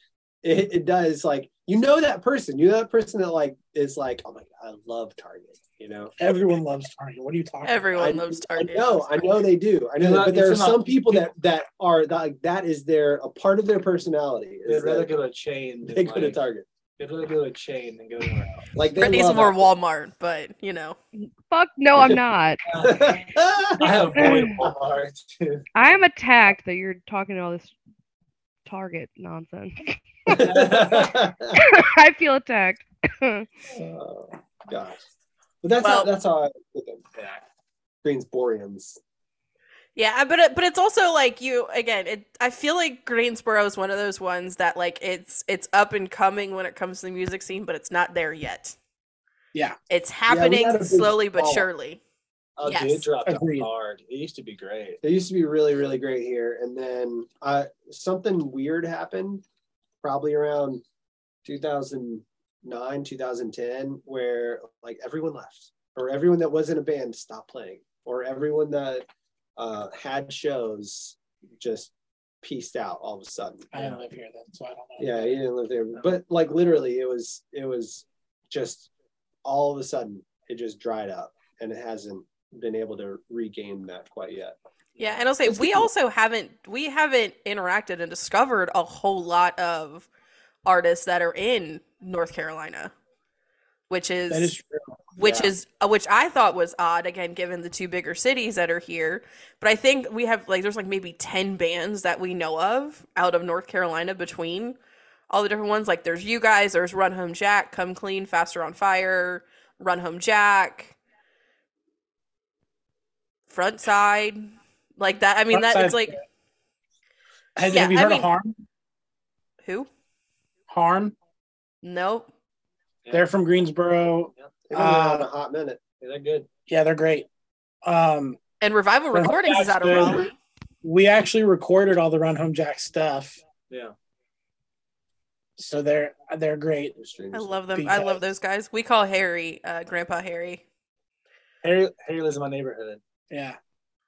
S3: it, it does like you know that person you know that person that like is like oh my god i love target you know
S5: Everyone loves Target. What are you talking?
S1: Everyone
S3: I-
S1: loves
S3: I
S1: Target.
S3: know, I know they do. I know,
S4: It's
S3: that,
S4: not-
S3: but there are
S4: it's not-
S3: some people that that are that, like that is their a part of their personality.
S4: They'd
S3: Is
S4: rather
S3: that
S4: go to a chain. Than
S3: they go to
S4: like,
S3: Target.
S4: they'd rather go to a chain than go to.
S3: Like they
S1: Brittany's
S3: love
S1: more
S3: Apple.
S1: Walmart, but you know.
S2: Fuck no, I'm not.
S4: I avoid Walmart. dude.
S2: I am attacked that you're talking all this Target nonsense. I feel attacked.
S3: oh, gosh, but that's how,
S1: Well-
S3: that's how I look at
S4: Yeah.
S3: Green's Boreans.
S1: Yeah, I- but it, but it's also like you again. It I feel like Greensboro is one of those ones that like it's it's up and coming when it comes to the music scene, but it's not there yet.
S5: Yeah.
S1: it's
S3: we
S1: happening
S3: got a big
S1: slowly but
S3: fall.
S1: surely.
S4: Oh, dude,
S1: Yes.
S4: it dropped off
S5: Agreed.
S4: hard. It used to be great.
S3: They used to be really really great here, and then uh, something weird happened, probably around 2009 2010, where like everyone left, or everyone that was in a band stopped playing, or everyone that uh, had shows just pieced out all of a sudden.
S5: I don't live here then, so I don't know.
S3: Yeah, he didn't live there, but like literally, it was it was just all of a sudden it just dried up, and it hasn't been able to regain that quite yet.
S1: Yeah, and I'll say
S3: It's
S1: we
S3: cool.
S1: also haven't we haven't interacted and discovered a whole lot of artists that are in North Carolina, which is,
S5: That is true.
S1: which
S3: yeah.
S1: is uh, which I thought was odd again given the two bigger cities that are here. But I think we have like there's like maybe 10 bands that we know of out of North Carolina between all the different ones like there's you guys, there's Run Home Jack, Come Clean, Faster on Fire, Run Home Jack, Front Side, like that. I mean
S5: Front
S1: that it's
S5: Side's
S1: like
S5: Has,
S1: Yeah,
S5: have you
S1: I
S5: heard
S1: mean-
S5: of Harm?
S1: who?
S5: Harm.
S1: Nope.
S4: Yeah.
S5: They're from Greensboro.
S3: They've been around
S5: Uh,
S3: a hot minute.
S4: Yeah, they're good.
S5: Yeah, they're great. Um,
S1: And Revival
S5: Run Home
S1: Recordings is
S5: Jack's
S1: out of
S5: good.
S1: Raleigh.
S5: we actually recorded all the Run Home Jack stuff,
S4: Yeah.
S5: so they're they're great.
S1: Uh, I love them. I
S5: Because-
S1: love those guys. We call Harry uh, Grandpa Harry.
S4: Harry, Harry lives in my neighborhood.
S5: Yeah,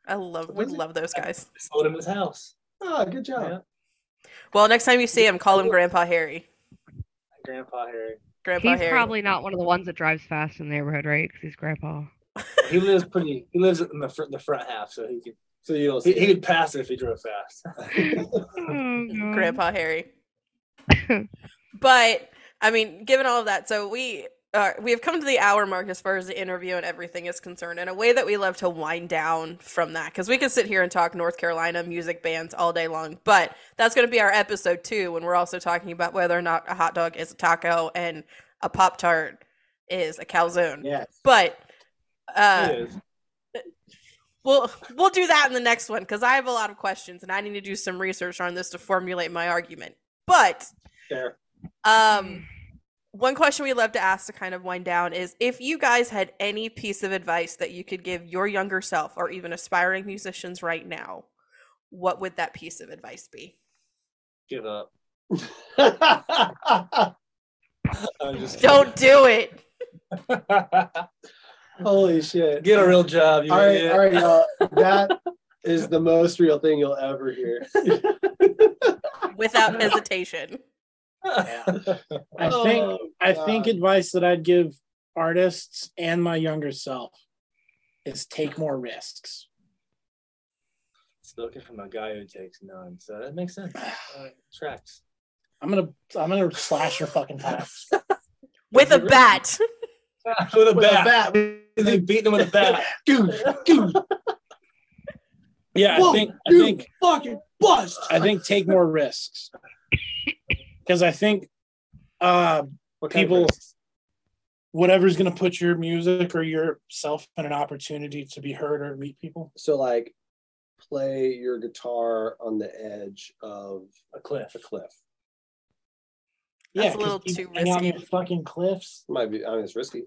S1: I love we
S3: Was it-
S1: love those guys.
S4: I sold him his house.
S3: Oh, good job.
S4: Yeah.
S1: Well, next time you see him, call him Grandpa Harry.
S4: Grandpa Harry.
S1: Grandpa
S2: He's
S1: Harry.
S2: probably not one of the ones that drives fast in the neighborhood, right? Because he's grandpa.
S4: He lives pretty. He lives in the front, the front half, so he could
S3: So you don't see
S4: he, he could pass if he drove fast.
S2: Oh, God.
S1: Grandpa Harry. but I mean, given all of that, so we uh, we have come to the hour mark as far as the interview and everything is concerned, in a way that we love to wind down from that because we could sit here and talk North Carolina music bands all day long, but that's going to be our episode two when we're also talking about whether or not a hot dog is a taco and a pop tart is a calzone.
S3: Yes.
S1: But uh,
S4: He is.
S1: We'll we'll do that in the next one because I have a lot of questions and I need to do some research on this to formulate my argument. But
S3: Fair.
S1: um, one question we love to ask to kind of wind down is if you guys had any piece of advice that you could give your younger self or even aspiring musicians right now, what would that piece of advice be?
S4: Give up. I'm just
S1: Don't do it.
S3: Holy shit.
S4: Get a real job. You
S3: All right,
S4: idiot.
S3: all right, y'all. That is the most real thing you'll ever hear.
S1: Without hesitation.
S5: yeah. I think
S3: Oh,
S5: I
S3: God.
S5: think advice that I'd give artists and my younger self is take more risks.
S4: Spoken from a guy who takes none, so that makes sense. Uh, tracks.
S5: I'm gonna I'm gonna slash your fucking tires.
S1: With a bat.
S4: With a
S3: With
S4: bat.
S3: a bat.
S4: They beating him with a bat.
S3: Dude, dude,
S5: Yeah, I
S3: whoa,
S5: think I
S3: dude,
S5: think
S3: fucking bust.
S5: I think take more risks because I think uh,
S4: What kind of
S5: people
S4: person?
S5: whatever's gonna put your music or yourself in an opportunity to be heard or meet people.
S3: So like play your guitar on the edge of
S4: a cliff.
S3: a cliff.
S1: That's a
S5: 'cause
S1: little
S5: you
S1: too
S5: hang out in
S1: risky.
S5: your fucking cliffs.
S3: Might be I mean it's risky.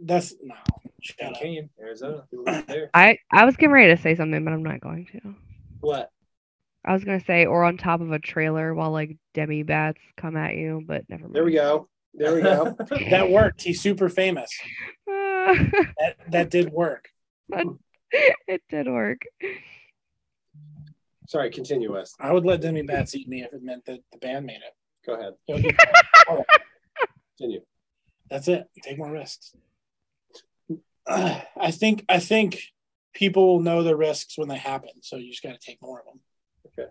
S5: That's no. Shut
S4: In
S5: up.
S4: Kane, Arizona. We live there.
S2: I I was getting ready to say something, but I'm not going to.
S4: What?
S2: I was gonna say, or on top of a trailer while like demi bats come at you, but never mind.
S3: There we go. There we go.
S5: That worked. He's super famous.
S2: Uh,
S5: That that did work.
S2: it did work.
S3: Sorry, continue Wes.
S5: I would let Demi Bats eat me if it meant that the band made it.
S3: Go ahead. Continue.
S5: That's it. Take more risks. I think I think people know the risks when they happen, so you just got to take more of them.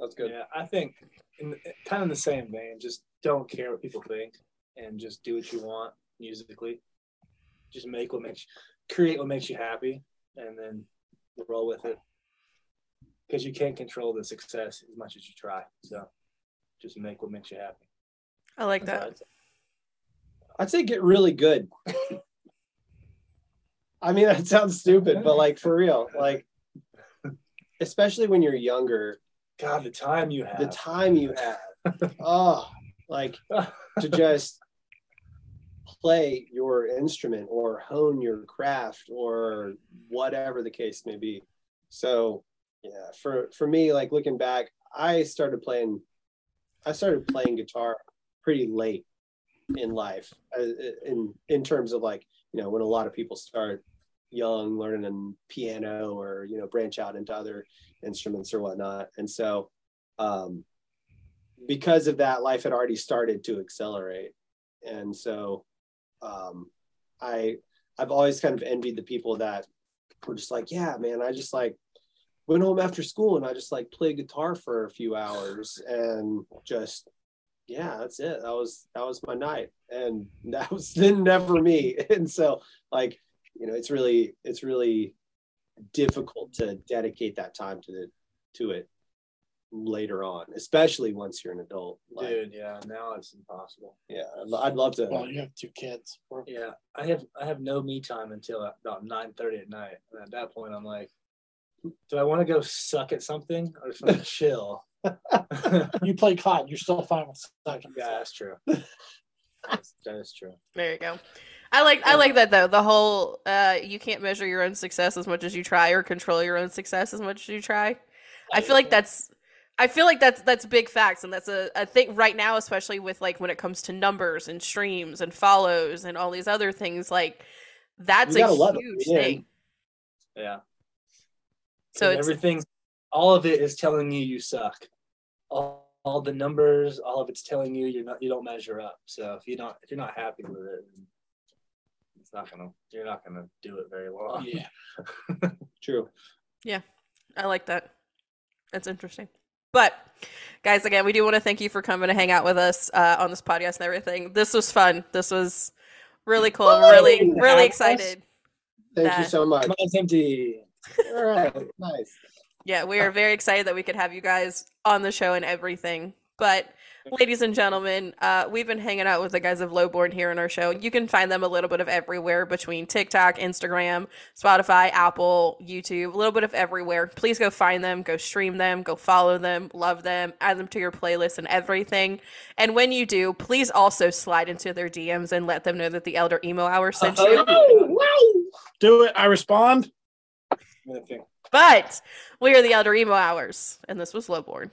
S3: That's good.
S4: Yeah, I think in kind of the same vein. Just don't care what people think, and just do what you want musically. Just make what makes, create what makes you happy, and then roll with it. Because you can't control the success as much as you try. So just make what makes you happy.
S1: I like
S4: That's
S1: that.
S4: all I'd say.
S3: I'd say get really good. I mean, that sounds stupid, but like for real, like especially when you're younger,
S4: God, the time you have.
S3: the time you have, oh, like to just play your instrument or hone your craft or whatever the case may be. So, yeah, for for me, like looking back, I started playing, I started playing guitar pretty late in life, uh, in in terms of like you know when a lot of people start young learning piano or you know branch out into other instruments or whatnot and so um because of that, life had already started to accelerate, and so um, I I've always kind of envied the people that were just like, yeah, man, I just like went home after school and I just like played guitar for a few hours and just yeah, that's it. That was that was my night, and that was then never me. And so like you know, it's really it's really difficult to dedicate that time to the to it later on, especially once you're an adult. Like,
S4: Dude, yeah, now it's impossible.
S3: yeah, I'd lo- I'd love to.
S5: Well, you have two kids. We're-
S4: Yeah, I have I have no me time until about nine thirty at night, and at that point, I'm like, do I want to go suck at something or just want to chill? yeah,
S5: You play COD, you're still fine with sucking.
S4: that's true. That's, that is true.
S1: There you go. I like I like that though. The whole uh, you can't measure your own success as much as you try or control your own success as much as you try. I feel like that's I feel like that's that's big facts and that's a, a thing right now, especially with like when it comes to numbers and streams and follows and all these other things, like that's
S3: You gotta
S1: a
S3: love it,
S1: huge
S3: yeah.
S1: thing.
S4: Yeah.
S1: So
S4: And
S1: it's
S4: everything, all of it is telling you you suck. All, all the numbers, all of it's telling you you're not you don't measure up. So if you don't if you're not happy with it, then it's not gonna you're not gonna do it very well.
S5: Yeah.
S3: True.
S1: I like that. That's interesting. But guys, again, we do want to thank you for coming to hang out with us uh, on this podcast and everything. This was fun. This was really cool. I'm really,
S3: Woo!
S1: really
S3: Yes.
S1: excited.
S3: Thank you
S1: That-
S3: so much.
S4: Mine's empty.
S3: All right. Nice.
S1: Yeah, we are very excited that we could have you guys on the show and everything. But, ladies and gentlemen, uh, we've been hanging out with the guys of Lowborn here on our show. You can find them a little bit of everywhere between TikTok, Instagram, Spotify, Apple, YouTube, a little bit of everywhere. Please go find them, go stream them, go follow them, love them, add them to your playlist and everything. And when you do, please also slide into their DMs and let them know that the Elder Emo Hour sent you.
S4: Uh-huh. Oh,
S5: Do it. I respond.
S4: I'm gonna think.
S1: But we are the Elder Emo Hours, and this was Lowborn.